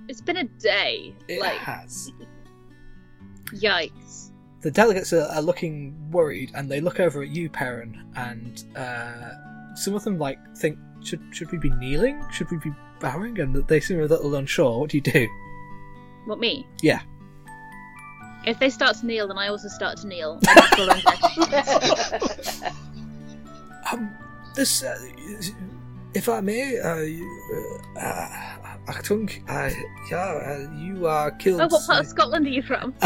Speaker 2: It's been a day.
Speaker 1: It
Speaker 2: like,
Speaker 1: has.
Speaker 2: yikes.
Speaker 1: the delegates are, are looking worried and they look over at you perrin and uh, some of them like think should should we be kneeling should we be bowing and they seem a little unsure what do you do
Speaker 2: What, me?
Speaker 1: yeah
Speaker 2: If they start to kneel, then I also start to kneel. I just follow their
Speaker 1: um this uh, if i may uh, you, uh, uh, Achtung, uh, yeah, uh, you are killed
Speaker 2: Oh, [LAUGHS] what part of Scotland are you from?
Speaker 1: [LAUGHS]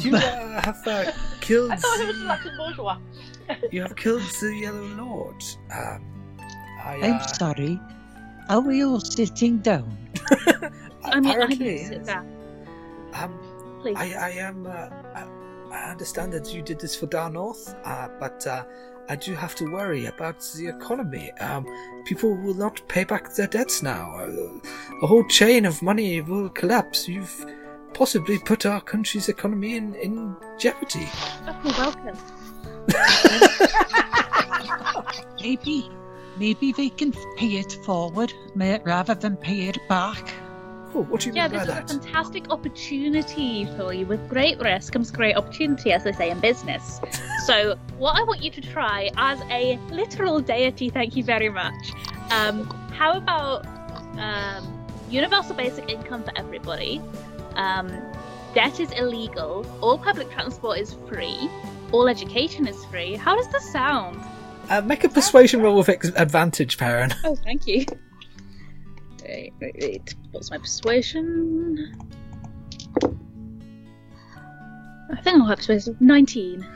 Speaker 1: you
Speaker 2: [LAUGHS]
Speaker 1: uh, have uh, killed
Speaker 3: [LAUGHS] I thought it was Latin bourgeois.
Speaker 1: you have killed the yellow lord um, I,
Speaker 6: I'm
Speaker 1: uh,
Speaker 6: sorry. Are we all sitting down?
Speaker 2: I mean, I need
Speaker 1: apparently,
Speaker 2: to sit
Speaker 1: yes.
Speaker 2: down,
Speaker 1: um,
Speaker 2: please.
Speaker 1: I, I am. Uh, I, I understand that you did this for Dar North, uh, but uh, I do have to worry about the economy. Um, people will not pay back their debts now. Uh, a whole chain of money will collapse. You've possibly put our country's economy in, in jeopardy.
Speaker 2: Oh, welcome.
Speaker 6: Maybe, maybe they can pay it forward ma- rather than pay it back.
Speaker 1: Oh, what do you
Speaker 2: Yeah,
Speaker 1: mean
Speaker 2: this
Speaker 1: by that?
Speaker 2: is a fantastic opportunity for you. With great risk comes great opportunity, as they say in business. So, what I want you to try, as a literal deity, thank you very much. Um, how about um, universal basic income for everybody? Um, debt is illegal. All public transport is free. All education is free. How does this sound?
Speaker 1: Uh, make a persuasion roll with ex- advantage, Perrin. [LAUGHS]
Speaker 2: Oh, thank you. Wait, wait, wait. What's my persuasion? I think I'll have persuasion. 19.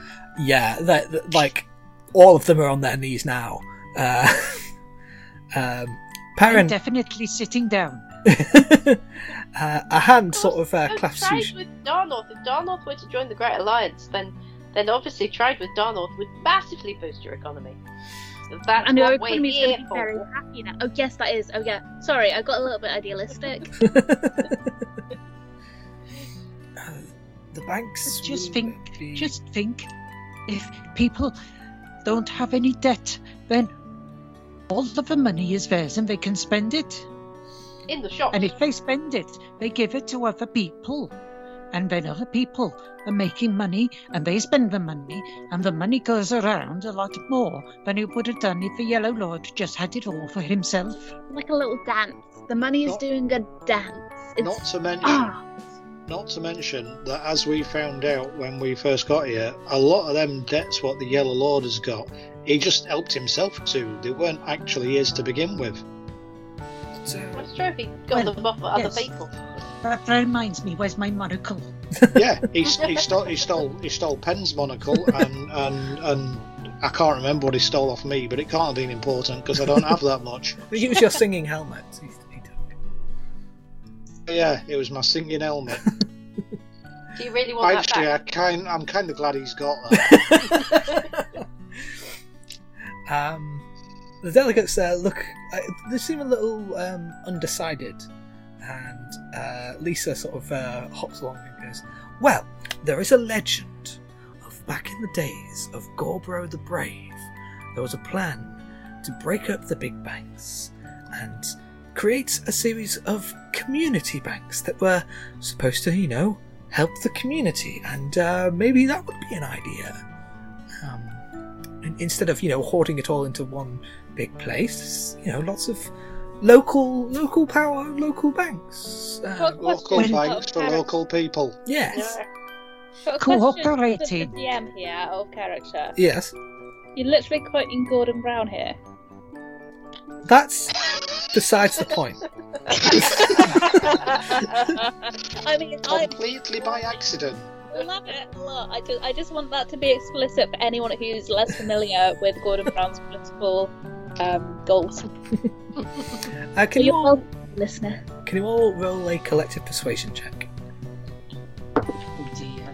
Speaker 1: yeah, that, that- like all of them are on their knees now. Uh, [LAUGHS] um,
Speaker 6: I'm
Speaker 1: Perrin.
Speaker 6: definitely sitting down.
Speaker 1: uh, [LAUGHS] a hand sort of uh,
Speaker 3: So
Speaker 1: clasps you.
Speaker 3: tried with Darnorth. If Darnorth were to join the Great Alliance, then then obviously tried with Darnorth would massively boost your economy. That's
Speaker 2: And our
Speaker 3: what we're
Speaker 2: economy's
Speaker 3: here
Speaker 2: going to be
Speaker 3: for.
Speaker 2: very happy now. Oh, yes, that is. Oh, yeah. Sorry, I got a little bit idealistic. [LAUGHS]
Speaker 1: [LAUGHS] Uh, the banks.
Speaker 6: Just
Speaker 1: will
Speaker 6: think-
Speaker 1: be-
Speaker 6: Just think, if people don't have any debt, then all of the money is theirs and they can spend it.
Speaker 3: In the shop.
Speaker 6: And if they spend it, they give it to other people. And then other people are making money and they spend the money, and the money goes around a lot more than it would have done if the Yellow Lord just had it all for himself.
Speaker 2: like a little dance. The money is
Speaker 4: Not-
Speaker 2: doing a dance. It's,
Speaker 4: Not to mention,
Speaker 2: ah,
Speaker 4: not to mention that as we found out when we first got here, a lot of them debts what the Yellow Lord has got, he just helped himself to. They weren't actually his to begin with.
Speaker 1: So,
Speaker 3: What's true if he got
Speaker 6: Well,
Speaker 3: them off for other
Speaker 6: yes.
Speaker 3: people?
Speaker 6: That reminds me, where's my monocle?
Speaker 4: Yeah, he, he stole he stole he stole Penn's monocle and and and. I can't remember what he stole off me, but it can't have been important because I don't have that much.
Speaker 1: I think it was your singing helmet. [LAUGHS] He, he took.
Speaker 4: But yeah, it was my singing helmet.
Speaker 3: Do you really want
Speaker 4: Actually, I
Speaker 3: that
Speaker 4: kind, I'm kind of glad he's got that.
Speaker 1: [LAUGHS] Um, the delegates there look. Uh, they seem a little um, undecided, and uh, Lisa sort of uh, hops along and goes, "Well, there is a legend of back in the days of Gorbro the Brave. There was a plan to break up the big banks and create a series of community banks that were supposed to, you know, help the community. And uh, maybe that would be an idea. Um, and instead of, you know, hoarding it all into one big place, you know, lots of local local power, local banks. Uh,
Speaker 2: Well,
Speaker 4: Local
Speaker 2: When-
Speaker 4: banks for local people.
Speaker 1: yes.
Speaker 2: But a
Speaker 6: Cooperating.
Speaker 2: Question to the DM here, out of character.
Speaker 1: Yes.
Speaker 2: You're literally quoting Gordon Brown here.
Speaker 1: That's besides the point.
Speaker 2: I mean,
Speaker 4: Oh,
Speaker 2: I
Speaker 4: Completely by accident.
Speaker 2: love it a lot. I just, I just want that to be explicit for anyone who's less familiar with Gordon Brown's political um, goals.
Speaker 1: Uh, can you
Speaker 2: You're
Speaker 1: all,
Speaker 2: welcome, listener.
Speaker 1: can you all roll a collective persuasion check?
Speaker 6: Oh dear.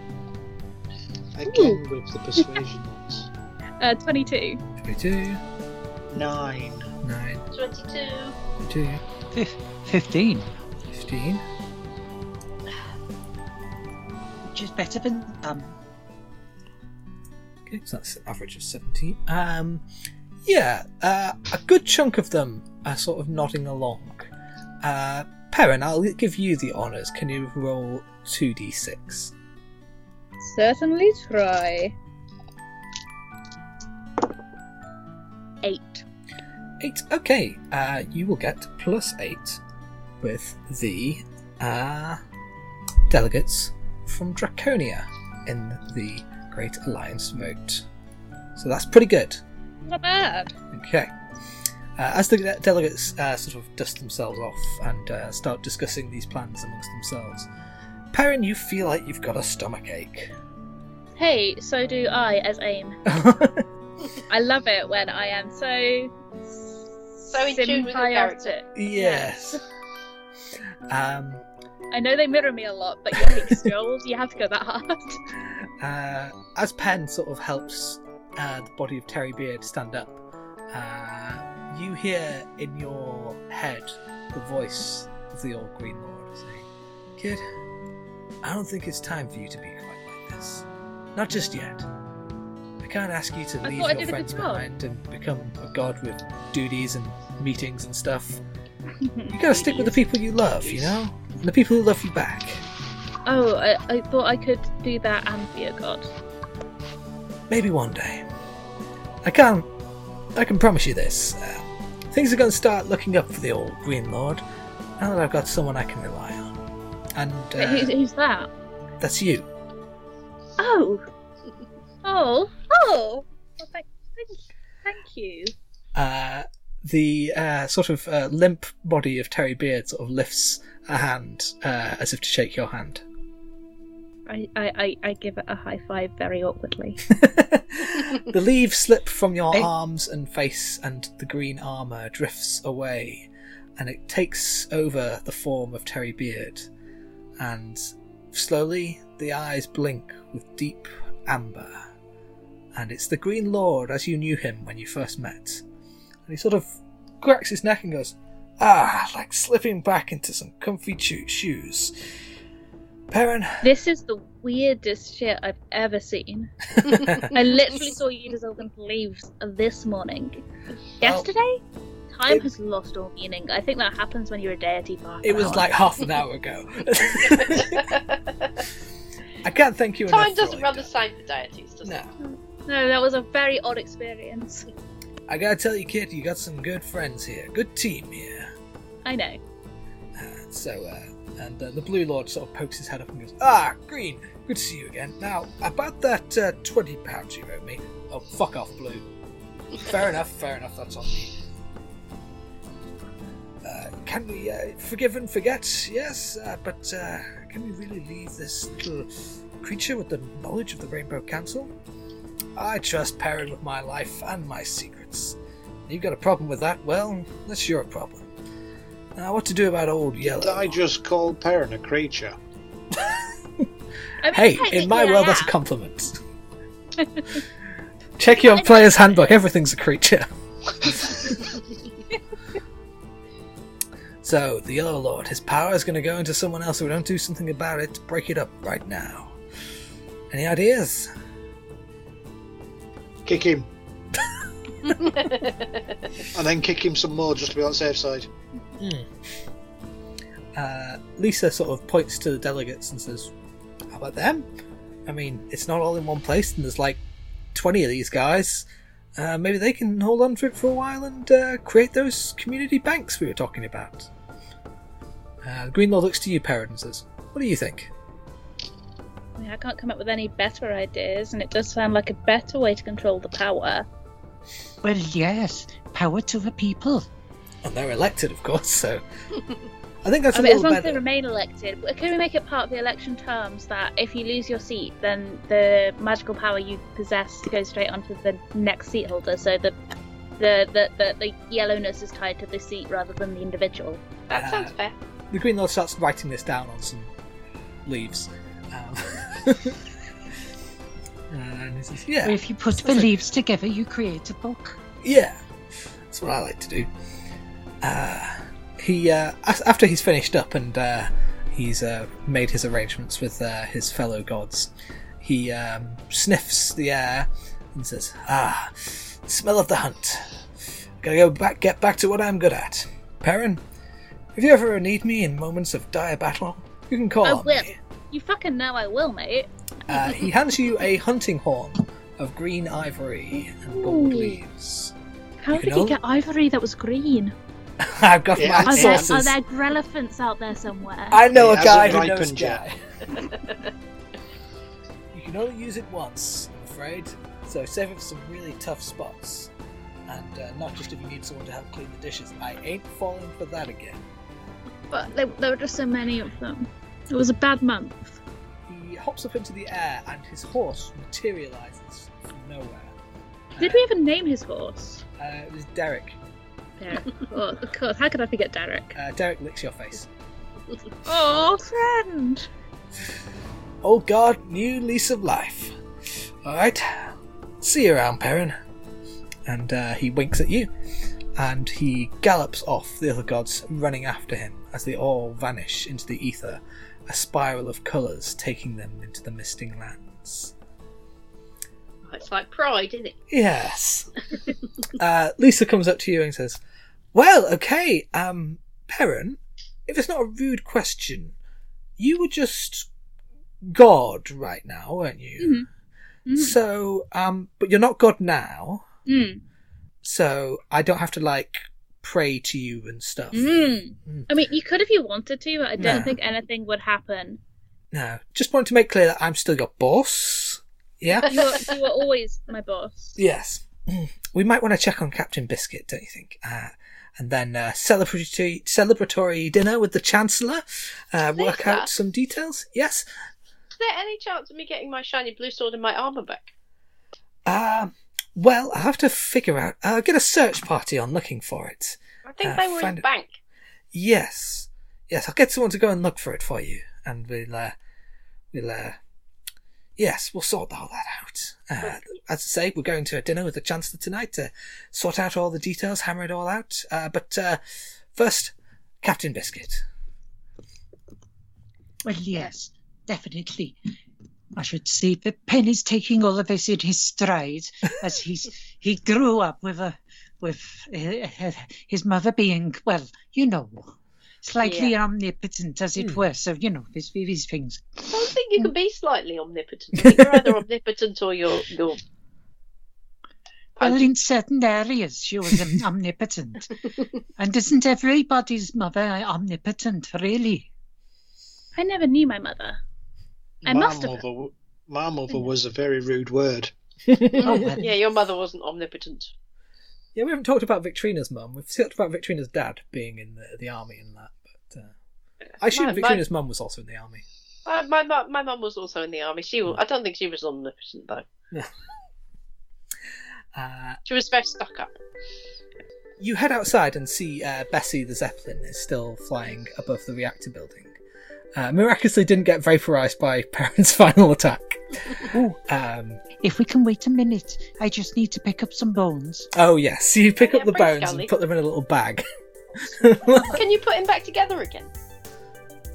Speaker 4: Again with the persuasion ones.
Speaker 2: Uh, 22.
Speaker 1: 22,
Speaker 4: Nine.
Speaker 1: 9,
Speaker 3: 22.
Speaker 1: 22,
Speaker 5: Fif- 15.
Speaker 1: 15.
Speaker 6: Which is better than um.
Speaker 1: Okay, so that's an average of 70. Um, yeah, uh, a good chunk of them are sort of nodding along. Uh, Perrin, I'll give you the honours. Can you roll 2d6?
Speaker 2: Certainly try. Eight.
Speaker 1: Eight. Okay. Uh, you will get plus eight with the uh, delegates from Draconia in the Great Alliance vote. So that's pretty good.
Speaker 2: Not bad.
Speaker 1: Okay. Uh, as the de- delegates uh, sort of dust themselves off and uh, start discussing these plans amongst themselves, Perrin, you feel like you've got a stomachache. [LAUGHS]
Speaker 2: Hey, so do I as AIM. I love it when I am so so
Speaker 3: in tune with the character.
Speaker 1: yes. Um,
Speaker 2: I know they mirror me a lot, but yikes, [LAUGHS] Joel, you have to go that hard.
Speaker 1: Uh, as Penn sort of helps uh, the body of Terry Beard stand up, uh, you hear in your head the voice of the old Green Lord saying, Kid, I don't think it's time for you to be quite like this. Not just yet. I can't ask you to
Speaker 2: I
Speaker 1: leave
Speaker 2: thought I
Speaker 1: your
Speaker 2: did a good
Speaker 1: friends
Speaker 2: job."
Speaker 1: behind and become a god with duties and meetings and
Speaker 2: [LAUGHS]
Speaker 1: stuff. You gotta stick with the people you love, you know? And the people who love you back.
Speaker 2: oh, I, I thought I could do that and be a god.
Speaker 1: Maybe one day. I can I can promise you this. Uh, things are going to start looking up for the old Green Lord now that I've got someone I can rely on. And
Speaker 2: Wait, who's, [LAUGHS]
Speaker 1: uh,
Speaker 2: who's that?
Speaker 1: that's you.
Speaker 2: Oh, oh, oh! Well, thank, thank, thank you.
Speaker 1: Uh, the uh, sort of uh, limp body of Terry Beard sort of lifts a hand uh, as if to shake your hand.
Speaker 2: I, I, I, I give it a high five
Speaker 1: [LAUGHS]
Speaker 2: very awkwardly.
Speaker 1: the leaves slip from your
Speaker 5: Hey.
Speaker 1: arms and face, and the green armour drifts away, and it takes over the form of Terry Beard. And slowly, the eyes blink with deep amber. And it's the Green Lord as you knew him when you first met. And he sort of cracks his neck and goes, Ah, like slipping back into some comfy cho- shoes. Perrin,
Speaker 2: this is the weirdest shit I've ever seen.
Speaker 1: [LAUGHS]
Speaker 2: I literally saw you dissolve into leaves this morning. Yesterday? Time
Speaker 1: It-
Speaker 2: has lost all meaning. I think that happens when you're a deity Oh. for half
Speaker 1: it
Speaker 2: an
Speaker 1: was
Speaker 2: hour.
Speaker 1: like half an hour ago. [LAUGHS] I can't thank you enough. [LAUGHS]
Speaker 3: [LAUGHS] Time
Speaker 1: for
Speaker 3: doesn't
Speaker 1: all
Speaker 3: run the
Speaker 1: you've
Speaker 3: same for deities, does
Speaker 1: done.
Speaker 3: it?
Speaker 1: No.
Speaker 2: No, that was a very odd experience.
Speaker 1: I gotta tell you, kid, you got some good friends here. Good team here.
Speaker 2: I know.
Speaker 1: Uh, so, uh, and uh, the Blue Lord sort of pokes his head up and goes, Ah, Green, good to see you again. Now, about that uh, £20 you owe me. Oh, fuck off, Blue. Fair enough, fair enough, that's on me. Uh, can we uh, forgive and forget? Yes, uh, but uh, can we really leave this little creature with the knowledge of the Rainbow Council? I trust Perrin with my life and my secrets. You've got a problem with that? Well, that's your problem. Now, what to do about old yellow?
Speaker 4: Did I just call Perrin a creature?
Speaker 2: I mean,
Speaker 1: Hey, in my
Speaker 2: technically
Speaker 1: world,
Speaker 2: I
Speaker 1: that's a
Speaker 2: am. [LAUGHS]
Speaker 1: compliment. Check your player's handbook. Everything's a
Speaker 2: [LAUGHS]
Speaker 1: creature. so the Yellow Lord, his power is going to go into someone else. If we don't do something about it, break it up right now. Any ideas?
Speaker 2: [LAUGHS]
Speaker 4: Kick him. and then kick him some more just to be on the safe side.
Speaker 1: Uh, Lisa sort of points to the delegates and says, How about them? I mean, it's not all in one place, and there's like 20 of these guys. Uh, maybe they can hold on to it for a while and uh, create those community banks we were talking about. Uh, the Green Lord looks to you, Perrin, and says, What do you think?
Speaker 2: I mean, I can't come up with any better ideas, and it does sound like a better way to control the power.
Speaker 6: Well, yes, power to the people.
Speaker 1: And they're elected, of course, so. I think that's
Speaker 2: [LAUGHS] I
Speaker 1: a
Speaker 2: mean, as
Speaker 1: little
Speaker 2: long as
Speaker 1: better.
Speaker 2: they remain elected, but can we make it part of the election terms that if you lose your seat, then the magical power you possess goes straight onto the next seat holder? So the the the, the, the yellowness is tied to the seat rather than the individual.
Speaker 3: That
Speaker 1: Uh,
Speaker 3: sounds fair.
Speaker 1: the Green Lord starts writing this down on some leaves. Um, [LAUGHS] and he says, Yeah.
Speaker 6: If you put the
Speaker 1: Sounds like-
Speaker 6: leaves together, you create a book.
Speaker 1: Yeah, that's what I like to do. Uh, he uh, as- after he's finished up and uh, he's uh, made his arrangements with uh, his fellow gods, he um, sniffs the air and says, "Ah, smell of the hunt. Gotta go back, get back to what I'm good at." Perrin, if you ever need me in moments of dire battle, you can call
Speaker 2: I
Speaker 1: on
Speaker 2: will.
Speaker 1: me.
Speaker 2: You fucking know I will, mate.
Speaker 1: Uh, he hands you a hunting horn of green ivory and gold
Speaker 2: Ooh.
Speaker 1: leaves. [LAUGHS]
Speaker 2: How
Speaker 1: You
Speaker 2: did
Speaker 1: know-
Speaker 2: he get ivory that was green?
Speaker 1: I've got
Speaker 4: Yeah,
Speaker 1: my
Speaker 2: Are
Speaker 4: it's
Speaker 2: there,
Speaker 1: sources.
Speaker 2: are there grelephants out there somewhere?
Speaker 1: I know
Speaker 4: It
Speaker 1: a guy who
Speaker 4: hasn't
Speaker 1: knows a
Speaker 4: ripened yet.
Speaker 1: guy. you can only use it once, I'm afraid. So save it for some really tough spots, and uh, not just if you need someone to help clean the dishes. I ain't falling for that again.
Speaker 2: But there, there were just so many of them. It was a bad month.
Speaker 1: He hops up into the air, and his horse materializes from nowhere.
Speaker 2: Did we even name his horse?
Speaker 1: Uh, it was Derek.
Speaker 2: Derek. oh, of course. How could I forget Derek?
Speaker 1: Uh, Derek licks your face.
Speaker 2: Oh, friend.
Speaker 1: Oh God, new lease of life. All right, see you around, Perrin. And uh, he winks at you, and he gallops off, the other gods running after him as they all vanish into the ether, a spiral of colours taking them into the misting lands.
Speaker 3: It's like pride, isn't it?
Speaker 1: Yes. uh, Lisa comes up to you and says, "Well, okay, um, Perrin, if it's not a rude question, you were just God right now, weren't you?"
Speaker 2: Mhm. Mhm.
Speaker 1: So, um, but you're not God now,
Speaker 2: Mm.
Speaker 1: so I don't have to like pray to you and stuff.
Speaker 2: Mm.
Speaker 1: Mm.
Speaker 2: I mean, you could if you wanted to, but I don't
Speaker 1: No.
Speaker 2: think anything would happen.
Speaker 1: No, just wanted to make clear that I'm still your boss.
Speaker 2: [LAUGHS]
Speaker 1: Yeah.
Speaker 2: You were, you were always
Speaker 1: [LAUGHS]
Speaker 2: my boss.
Speaker 1: yes. [CLEARS THROAT] Mm. We might want to check on Captain Biscuit, don't you think? Uh, and then uh, celebratory celebratory dinner with the Chancellor. Uh,
Speaker 3: Think
Speaker 1: work out
Speaker 3: that.
Speaker 1: some details. Yes.
Speaker 3: Is there any chance of me getting my shiny blue sword and my armour back?
Speaker 1: Um. Well, I have to figure out. I'll get a search party on looking for it.
Speaker 3: I think
Speaker 1: Uh,
Speaker 3: they were in
Speaker 1: find
Speaker 3: the
Speaker 1: it.
Speaker 3: bank.
Speaker 1: Yes, yes. I'll get someone to go and look for it for you, and we'll, uh, we'll, uh, yes, we'll sort all that out. Uh, as I say, we're going to a dinner with the chancellor tonight to sort out all the details, hammer it all out. Uh, but uh, first, Captain Biscuit.
Speaker 6: Well, yes, definitely. I should say that Penn is taking all of this in his
Speaker 1: [LAUGHS]
Speaker 6: stride as he's he grew up with a with uh, his mother being well, you know, slightly omnipotent as it
Speaker 1: Hmm.
Speaker 6: were. So you know, there's these things.
Speaker 3: I don't think you can be slightly
Speaker 1: [LAUGHS]
Speaker 3: omnipotent. I think you're either omnipotent or you're you're.
Speaker 6: Well, in certain areas, she was
Speaker 1: [LAUGHS]
Speaker 6: om- omnipotent, and isn't everybody's mother omnipotent,
Speaker 1: [LAUGHS]
Speaker 6: really?
Speaker 2: I never knew my mother. I
Speaker 4: my
Speaker 2: must have-
Speaker 4: mother, w- my mother was a very rude word.
Speaker 6: Oh, well.
Speaker 3: yeah, your mother wasn't omnipotent.
Speaker 1: Yeah, we haven't talked about Victrina's mum. We've talked about Victrina's dad being in the, the army and that. But uh, I assume
Speaker 3: My- my-
Speaker 1: Victrina's mum was also in the army.
Speaker 3: My my mu- my mum was also in the army. She wa- I don't think she was omnipotent though.
Speaker 1: Uh,
Speaker 3: She was very stuck up.
Speaker 1: You head outside and see uh, Bessie the Zeppelin is still flying above the reactor building. Uh, miraculously, didn't get vaporized by [LAUGHS] Perrin's final attack.
Speaker 6: Ooh.
Speaker 1: Um,
Speaker 6: If we can wait a minute, I just need to pick up some bones.
Speaker 1: oh yes, you pick up the
Speaker 3: Yeah, pretty
Speaker 1: bones and
Speaker 3: jolly.
Speaker 1: put them in a little bag.
Speaker 3: Can you put him back together again?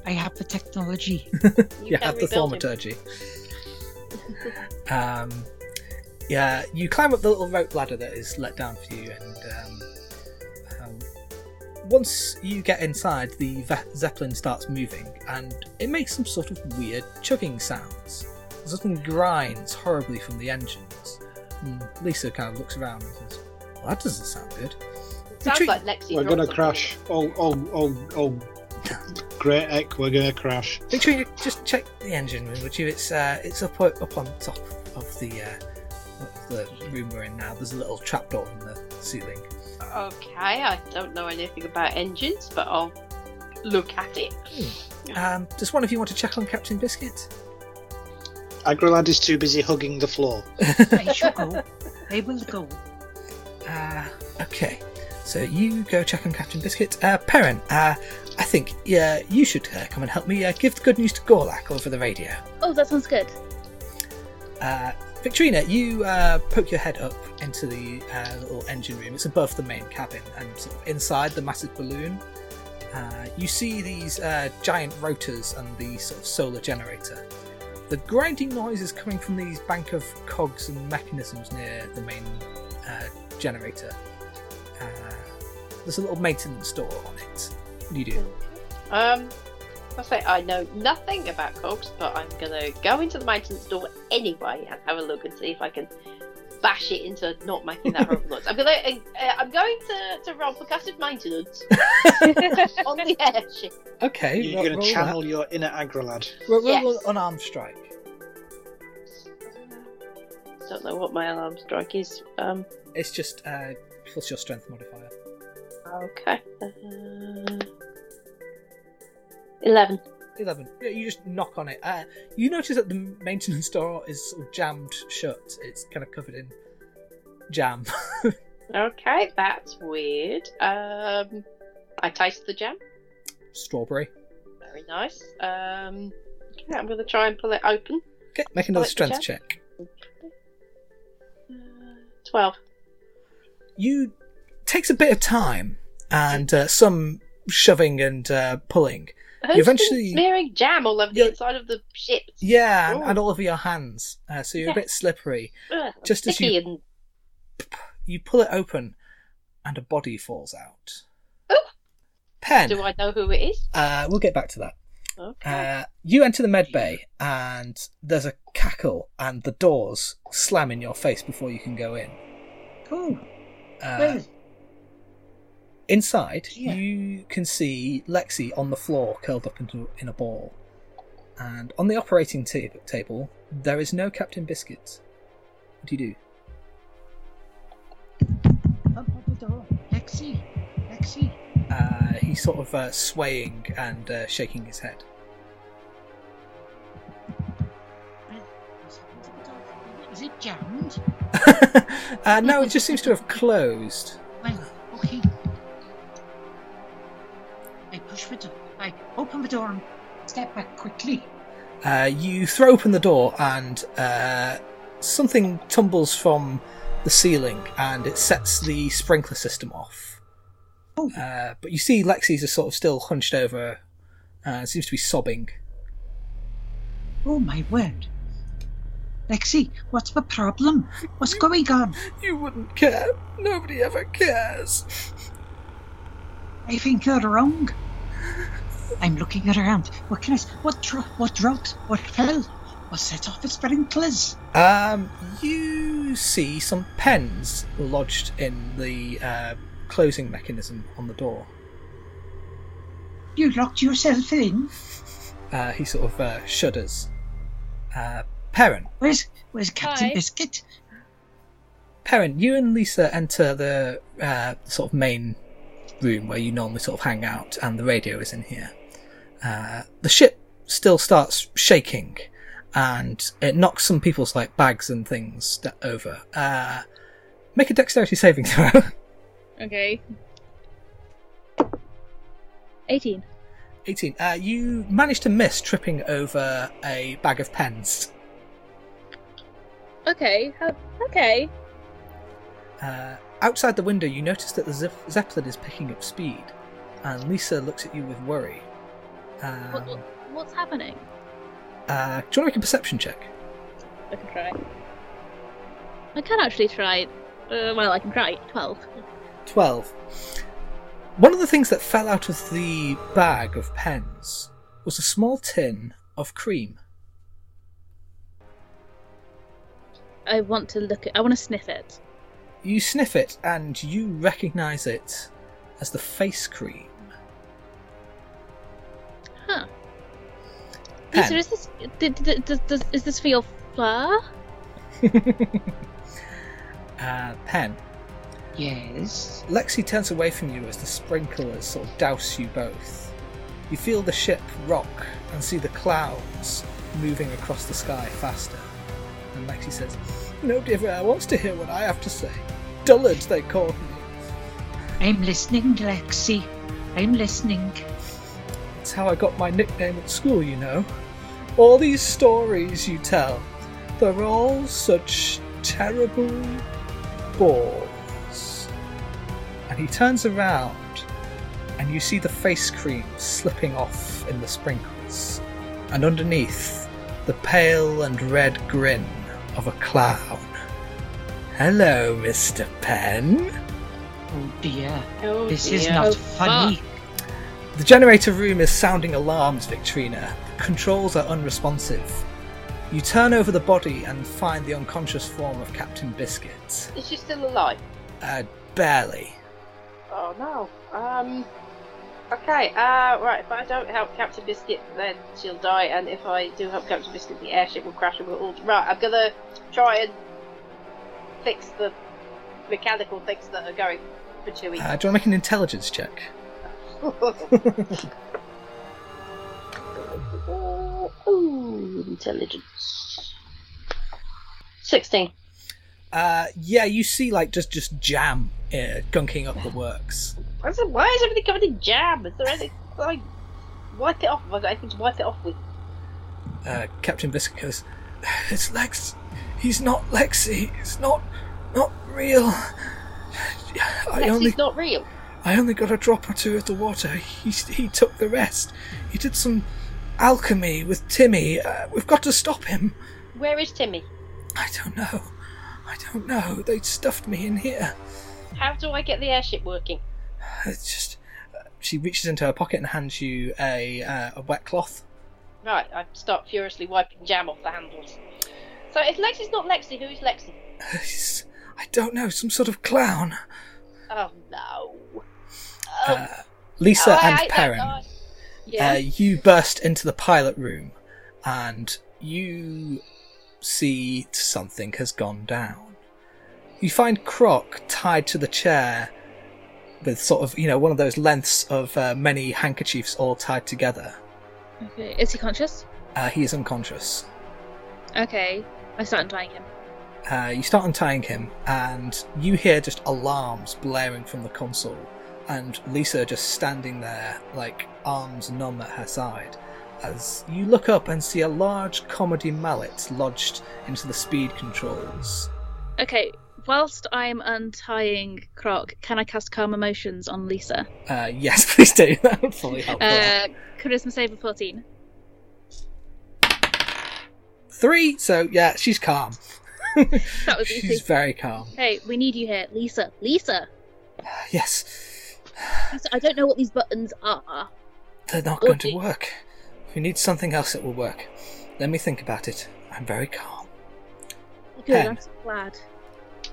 Speaker 6: I have the technology.
Speaker 3: You
Speaker 1: you
Speaker 3: can [LAUGHS]
Speaker 1: have the
Speaker 3: rebuild him.
Speaker 1: thaumaturgy. um, Yeah, you climb up the little rope ladder that is let down for you, and um, um, once you get inside, the ve- zeppelin starts moving, and it makes some sort of weird chugging sounds. Something grinds horribly from the engines. And Lisa kind of looks around and says, "Well, that doesn't sound good."
Speaker 3: Sounds
Speaker 1: Retreat.
Speaker 3: like Lexi.
Speaker 4: We're
Speaker 3: dropped
Speaker 4: gonna
Speaker 3: something.
Speaker 4: crash. Oh, oh, oh, oh. Great heck, we're gonna crash.
Speaker 1: Victoria, just check the engine room, would you? It's uh, it's up up on top of the uh, of the room we're in now. There's a little trapdoor in the ceiling.
Speaker 3: Okay, I don't know anything about engines, but I'll look at it.
Speaker 1: Um, does one of you want to check on Captain Biscuit?
Speaker 4: Agrilad is too busy hugging the floor.
Speaker 6: They shall go. [LAUGHS] They will go.
Speaker 1: Uh, okay. So you go check on Captain Biscuit. Uh, Perrin, uh, I think yeah, you should uh, come and help me uh, give the good news to Gorlak over the radio.
Speaker 2: Oh, that sounds good.
Speaker 1: Uh, Victorina, you uh, poke your head up into the uh, little engine room. It's above the main cabin, and sort of inside the massive balloon, uh, you see these uh, giant rotors and the sort of solar generator. The grinding noise is coming from these bank of cogs and mechanisms near the main uh, generator. Uh, there's a little maintenance door on it. You do.
Speaker 3: Um, I say I know nothing about cogs, but I'm gonna go into the maintenance door anyway and have a look and see if I can bash it into not making that horrible noise. I'm gonna, uh, I'm going to to roll percussive maintenance on the airship.
Speaker 1: Okay,
Speaker 4: You're
Speaker 1: ro-
Speaker 4: gonna
Speaker 1: roll that.
Speaker 4: channel your inner Agrilad.
Speaker 1: Ro- roll
Speaker 3: Yes.
Speaker 1: an arm strike.
Speaker 3: Don't know what my alarm strike is. Um,
Speaker 1: It's just uh, plus your strength modifier.
Speaker 3: okay. Uh, Eleven.
Speaker 1: 11. Yeah, You just knock on it. Uh, you notice that the maintenance door is sort of jammed shut. It's kind of covered in jam. [LAUGHS]
Speaker 3: Okay, that's weird. Um, I taste the jam.
Speaker 1: Strawberry.
Speaker 3: Very nice. Um, okay, I'm gonna try and pull it open.
Speaker 1: Okay, make another
Speaker 3: Like the
Speaker 1: strength
Speaker 3: jam?
Speaker 1: check.
Speaker 3: Uh, Twelve.
Speaker 1: You takes a bit of time and uh, some shoving and uh, pulling.
Speaker 3: Who's
Speaker 1: eventually-
Speaker 3: been smearing jam all over
Speaker 1: Yeah.
Speaker 3: the inside of the ship?
Speaker 1: Yeah, and,
Speaker 3: Ooh.
Speaker 1: and all over your hands. Uh, so you're a
Speaker 3: Yeah.
Speaker 1: bit slippery.
Speaker 3: Ugh,
Speaker 1: Just as
Speaker 3: sticky
Speaker 1: you-
Speaker 3: and
Speaker 1: You pull it open and a body falls out.
Speaker 3: Ooh.
Speaker 1: Pen.
Speaker 3: Oh. do I know who it is?
Speaker 1: Uh, we'll get back to that.
Speaker 3: Okay.
Speaker 1: Uh, you enter the med bay, and there's a cackle, and the doors slam in your face before you can go in.
Speaker 5: Cool.
Speaker 1: Uh,
Speaker 5: Well,
Speaker 1: inside,
Speaker 5: Yeah.
Speaker 1: you can see Lexi on the floor, curled up into in a ball, and on the operating ta- table there is no Captain Biscuit. What do you do?
Speaker 5: up, up the door. Lexi. Lexi.
Speaker 1: Uh, he's sort of uh, swaying and uh, shaking his head. [LAUGHS]
Speaker 6: Is it jammed?
Speaker 1: uh, no, it just seems to have closed.
Speaker 6: Well, okay. I push the door. I open the door and step back quickly.
Speaker 1: Uh, you throw open the door and uh, something tumbles from the ceiling and it sets the sprinkler system off.
Speaker 6: Oh.
Speaker 1: Uh, but you see Lexi's is sort of still hunched over, uh, seems to be sobbing.
Speaker 6: Oh my word. Lexi, what's the problem? What's going on?
Speaker 1: You wouldn't care. Nobody ever cares.
Speaker 6: I think you're wrong. I'm looking around. What can I, s- what dro- what drought? What fell? What set off the sprinklers?
Speaker 1: Um, you see some pens lodged in the uh, closing mechanism on the door.
Speaker 6: You locked yourself in.
Speaker 1: Uh, he sort of uh, shudders. Uh, Perrin,
Speaker 6: Where's where's Captain
Speaker 2: Hi.
Speaker 6: Biscuit?
Speaker 1: Perrin, you and Lisa enter the uh, sort of main room where you normally sort of hang out, and the radio is in here. Uh, the ship still starts shaking, and it knocks some people's like bags and things da- over. Uh, make a dexterity saving throw. [LAUGHS]
Speaker 2: Okay. 18.
Speaker 1: 18. Uh, you manage to miss tripping over a bag of pens.
Speaker 2: Okay. How, okay.
Speaker 1: Uh, outside the window, you notice that the Zep- zeppelin is picking up speed, and Lisa looks at you with worry. Um,
Speaker 2: What, what, what's happening?
Speaker 1: Uh, do you want to make a perception check?
Speaker 2: I can try. I can actually try. Uh, well, I can try. 12.
Speaker 1: 12. One of the things that fell out of the bag of pens was a small tin of cream.
Speaker 2: I want to look at. I want to sniff it.
Speaker 1: You sniff it and you recognize it as the face cream.
Speaker 2: Huh.
Speaker 1: Pen.
Speaker 2: Peter, is this. Did, did, does, does, is this for your fur?
Speaker 1: [LAUGHS] uh, pen.
Speaker 6: Yes.
Speaker 1: Lexi turns away from you as the sprinklers sort of douse you both. You feel the ship rock and see the clouds moving across the sky faster. And Lexi says, No, Divra wants to hear what I have to say. Dullards, they call me.
Speaker 6: I'm listening, Lexi. I'm listening.
Speaker 1: It's how I got my nickname at school, you know. All these stories you tell, they're all such terrible bores. And he turns around, and you see the face cream slipping off in the sprinkles, and underneath, the pale and red grin of a clown. Hello, Mr. Penn.
Speaker 6: Oh dear.
Speaker 3: Oh,
Speaker 6: This
Speaker 3: dear.
Speaker 6: is not
Speaker 2: Oh,
Speaker 6: funny.
Speaker 1: The generator room is sounding alarms, Victrina. The controls are unresponsive. You turn over the body and find the unconscious form of Captain Biscuit.
Speaker 3: Is she still alive?
Speaker 1: Uh, barely.
Speaker 3: Oh no. Um. Okay. Uh. Right. If I don't help Captain Biscuit, then she'll die. And if I do help Captain Biscuit, the airship will crash and we'll all. Right. I'm gonna try and fix the mechanical things that are going for Chewie.
Speaker 1: [LAUGHS] Uh, do you want to make an intelligence check?
Speaker 3: [LAUGHS] Ooh, intelligence. Sixteen.
Speaker 1: Uh, yeah, you see, like, just, just jam uh, gunking up the works.
Speaker 3: I said, why is everything covered in jam? Is there anything like wipe it off? Have I got anything to wipe it off with?
Speaker 1: Uh, Captain Biscuit goes, It's Lex. He's not Lexi. It's not. not real. I
Speaker 3: Lexi's
Speaker 1: only
Speaker 3: not real.
Speaker 1: I only got a drop or two of the water. He, he took the rest. He did some alchemy with Timmy. Uh, we've got to stop him.
Speaker 3: Where is Timmy?
Speaker 1: I don't know. I don't know. They stuffed me in here.
Speaker 3: How do I get the airship working?
Speaker 1: It's just. uh, She reaches into her pocket and hands you a, uh, a wet cloth.
Speaker 3: Right, I start furiously wiping jam off the handles. So if Lexi's not Lexi, who's Lexi?
Speaker 1: Uh, It's- I don't know, some sort of clown.
Speaker 3: Oh no. Oh,
Speaker 1: Uh, Lisa
Speaker 3: oh, I
Speaker 1: and
Speaker 3: hate that
Speaker 1: Perrin.
Speaker 3: guy.
Speaker 1: Uh, you burst into the pilot room and you see something has gone down. You find Croc tied to the chair with sort of, you know, one of those lengths of uh, many handkerchiefs all tied together.
Speaker 2: Okay. Is he conscious?
Speaker 1: Uh, he is unconscious.
Speaker 2: Okay. I start untying him.
Speaker 1: Uh, you start untying him and you hear just alarms blaring from the console and Lisa just standing there, like arms numb at her side, as you look up and see a large comedy mallet lodged into the speed controls.
Speaker 2: Okay. Whilst I'm untying Croc, can I cast Calm Emotions on Lisa?
Speaker 1: Uh, [LAUGHS] yes, please do. That would probably help. a lot.
Speaker 2: Uh, charisma save of 14.
Speaker 1: Three, so yeah, she's calm.
Speaker 2: That was
Speaker 1: she's
Speaker 2: easy.
Speaker 1: very calm.
Speaker 2: Hey, we need you here. Lisa. Lisa.
Speaker 1: Yes,
Speaker 2: Lisa, I don't know what these buttons are.
Speaker 1: they're not going
Speaker 2: Okay.
Speaker 1: to work. We need something else that will work. Let me think about it. I'm very calm.
Speaker 2: Good,
Speaker 1: Pen.
Speaker 2: I'm so glad.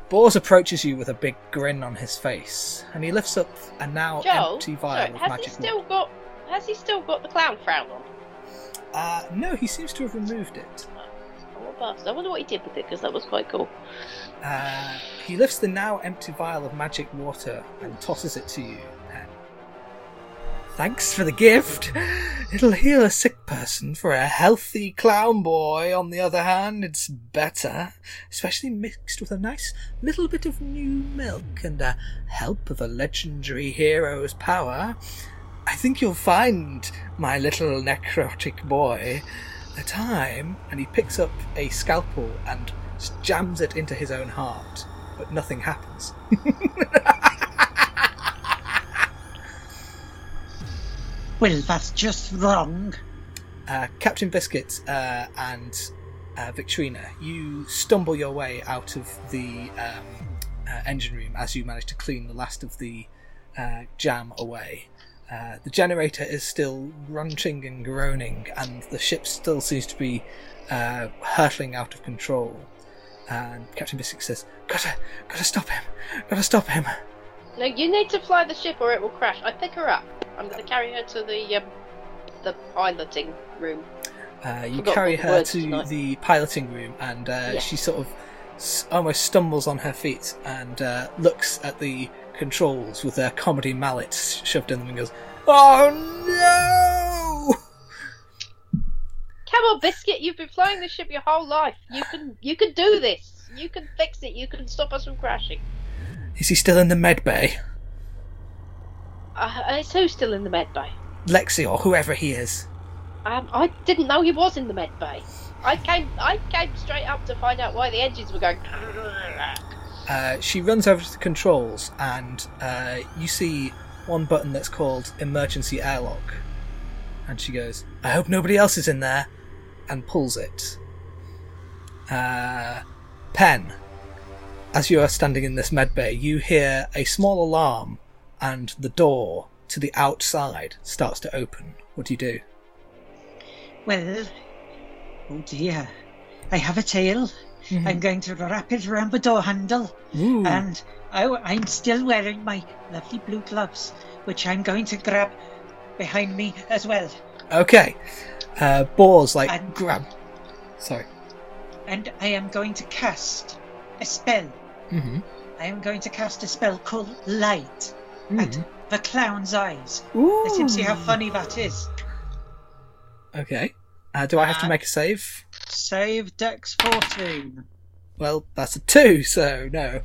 Speaker 1: Bors approaches you with a big grin on his face, and he lifts up a now
Speaker 3: Joel,
Speaker 1: empty
Speaker 3: sorry,
Speaker 1: vial of
Speaker 3: has he
Speaker 1: magic
Speaker 3: still
Speaker 1: wand.
Speaker 3: got? Has he still got the clown frown on?
Speaker 1: Uh, no, he seems to have removed it.
Speaker 3: Oh, a bastard. I wonder what he did with it because that was quite cool.
Speaker 1: Uh, he lifts the now empty vial of magic water and tosses it to you. Pen. Thanks for the gift. It'll heal a sick person. For a healthy clown boy, on the other hand, it's better, especially mixed with a nice little bit of new milk and a help of a legendary hero's power. I think you'll find, my little necrotic boy, a time. And he picks up a scalpel and s- jams it into his own heart, but nothing happens. [LAUGHS]
Speaker 6: Well, that's just wrong.
Speaker 1: Uh, Captain Biscuit uh, and uh, uh, Victorina, you stumble your way out of the um, uh, engine room as you manage to clean the last of the uh, jam away. Uh, the generator is still grunting and groaning, and the ship still seems to be uh, hurtling out of control. And Captain Biscuit says, "Gotta, gotta stop him! Gotta stop him!"
Speaker 3: No, you need to fly the ship or it will crash. I pick her up. I'm going to carry her to the um, the piloting room.
Speaker 1: Uh, you
Speaker 3: Forgot
Speaker 1: carry
Speaker 3: what the
Speaker 1: her
Speaker 3: word
Speaker 1: to
Speaker 3: tonight.
Speaker 1: the piloting room, and uh,
Speaker 3: Yeah.
Speaker 1: she sort of s- almost stumbles on her feet and uh, looks at the controls with their comedy mallets shoved in them and goes, "Oh
Speaker 3: Come on, Biscuit. You've been flying the ship your whole life. You can you can do this. You can fix it. You can stop us from crashing.
Speaker 1: no! Is he still in the med bay,
Speaker 3: Uh, it's who's still in the med bay?
Speaker 1: Lexi or whoever he is?"
Speaker 3: Um, I didn't know he was in the med bay. I came I came straight up to find out why the engines were going.
Speaker 1: Uh, she runs over to the controls, and uh, you see one button that's called emergency airlock. And she goes, "I hope nobody else is in there," and pulls it. Uh, Pen, as you are standing in this med bay, you hear a small alarm, and the door to the outside starts to open. What do you do?
Speaker 5: Well, oh dear. I have a tail. I'm going to wrap it around the door handle.
Speaker 1: Ooh.
Speaker 5: And I, am still wearing my lovely blue gloves, which I'm going to grab behind me as well.
Speaker 1: okay, uh, Boar's like
Speaker 5: And-
Speaker 1: grab. Sorry.
Speaker 5: And I am going to cast a spell.
Speaker 1: Mm-hmm.
Speaker 5: I am going to cast a spell called Light at the clown's eyes.
Speaker 1: Hmm. Ooh.
Speaker 5: Let him see how funny that is.
Speaker 1: Okay. Uh, do I have to
Speaker 5: Uh,
Speaker 1: make a save?
Speaker 5: Save Dex 14.
Speaker 1: Well, that's a two, so no.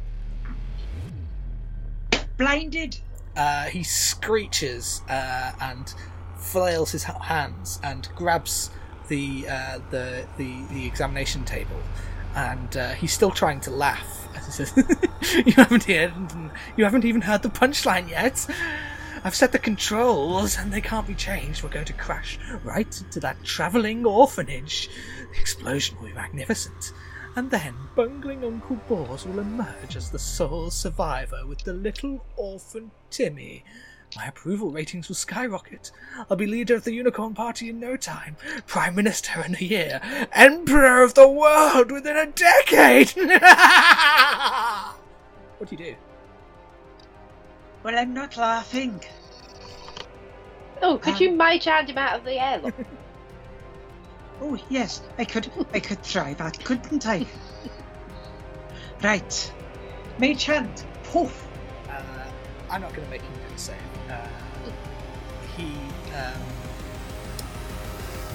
Speaker 5: Blinded.
Speaker 1: Uh, he screeches uh, and flails his ha- hands and grabs the uh, the, the the examination table, and uh, he's still trying to laugh. [LAUGHS] As he says, "You haven't heard, you haven't even heard the punchline yet. I've set the controls, and they can't be changed. We're going to crash right into that travelling orphanage. The explosion will be magnificent." And then bungling Uncle Boars will emerge as the sole survivor with the little orphan Timmy. My approval ratings will skyrocket. I'll be leader of the unicorn party in no time, prime minister in a year, emperor of the world within a decade. [LAUGHS] what do you do?
Speaker 5: Well, I'm not laughing.
Speaker 3: Oh, could you mage hand him out of the airlock?
Speaker 5: Oh yes, I could I could try that, couldn't I? right. Mage hand. Poof.
Speaker 1: Uh, I'm not going to make him do the same. Uh, he um,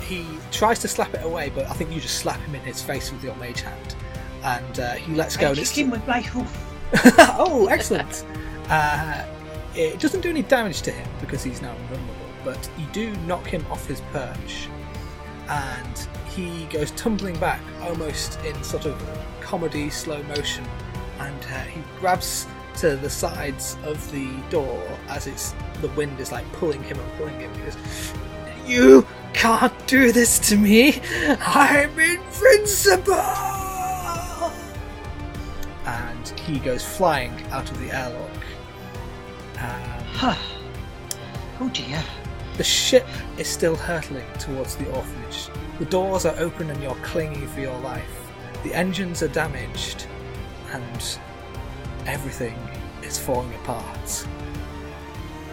Speaker 1: he tries to slap it away, but I think you just slap him in his face with your mage hand, and uh, he lets go.
Speaker 5: I
Speaker 1: and it's
Speaker 5: kick him with my hoof.
Speaker 1: [LAUGHS] oh, excellent. [LAUGHS] Uh, it doesn't do any damage to him because he's now invulnerable, but you do knock him off his perch, and he goes tumbling back, almost in sort of comedy slow motion, and uh, he grabs to the sides of the door as it's the wind is like pulling him and pulling him. He goes, "You can't do this to me. I'm invincible." and he goes flying out of the airlock. Um,
Speaker 5: Huh. [SIGHS] Oh dear.
Speaker 1: the ship is still hurtling towards the orphanage. The doors are open and you're clinging for your life. The engines are damaged, and everything is falling apart.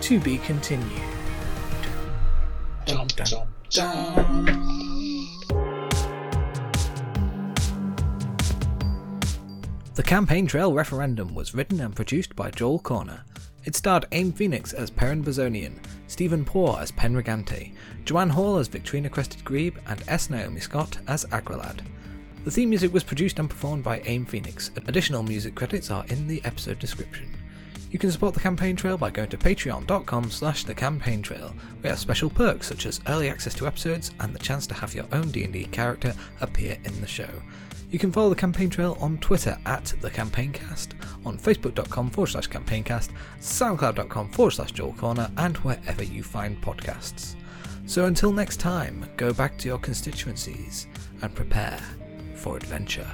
Speaker 1: To be continued. Dun, dun, The Campaign Trail Referendum was written and produced by Joel Corner. It starred Aim Phoenix as Perrin Bazonian, Stephen Poor as Penragante, Joanne Hall as Victorina Crested Grebe, and S. Naomi Scott as Agrilad. The theme music was produced and performed by Aim Phoenix. Additional music credits are in the episode description. You can support the campaign trail by going to patreon.com slash the campaign trail. We have special perks such as early access to episodes and the chance to have your own D&D character appear in the show. You can follow the campaign trail on Twitter at the campaigncast, on facebook.com forward slash campaigncast, soundcloud.com forward slash Joel Corner, and wherever you find podcasts. So until next time, go back to your constituencies and prepare for adventure.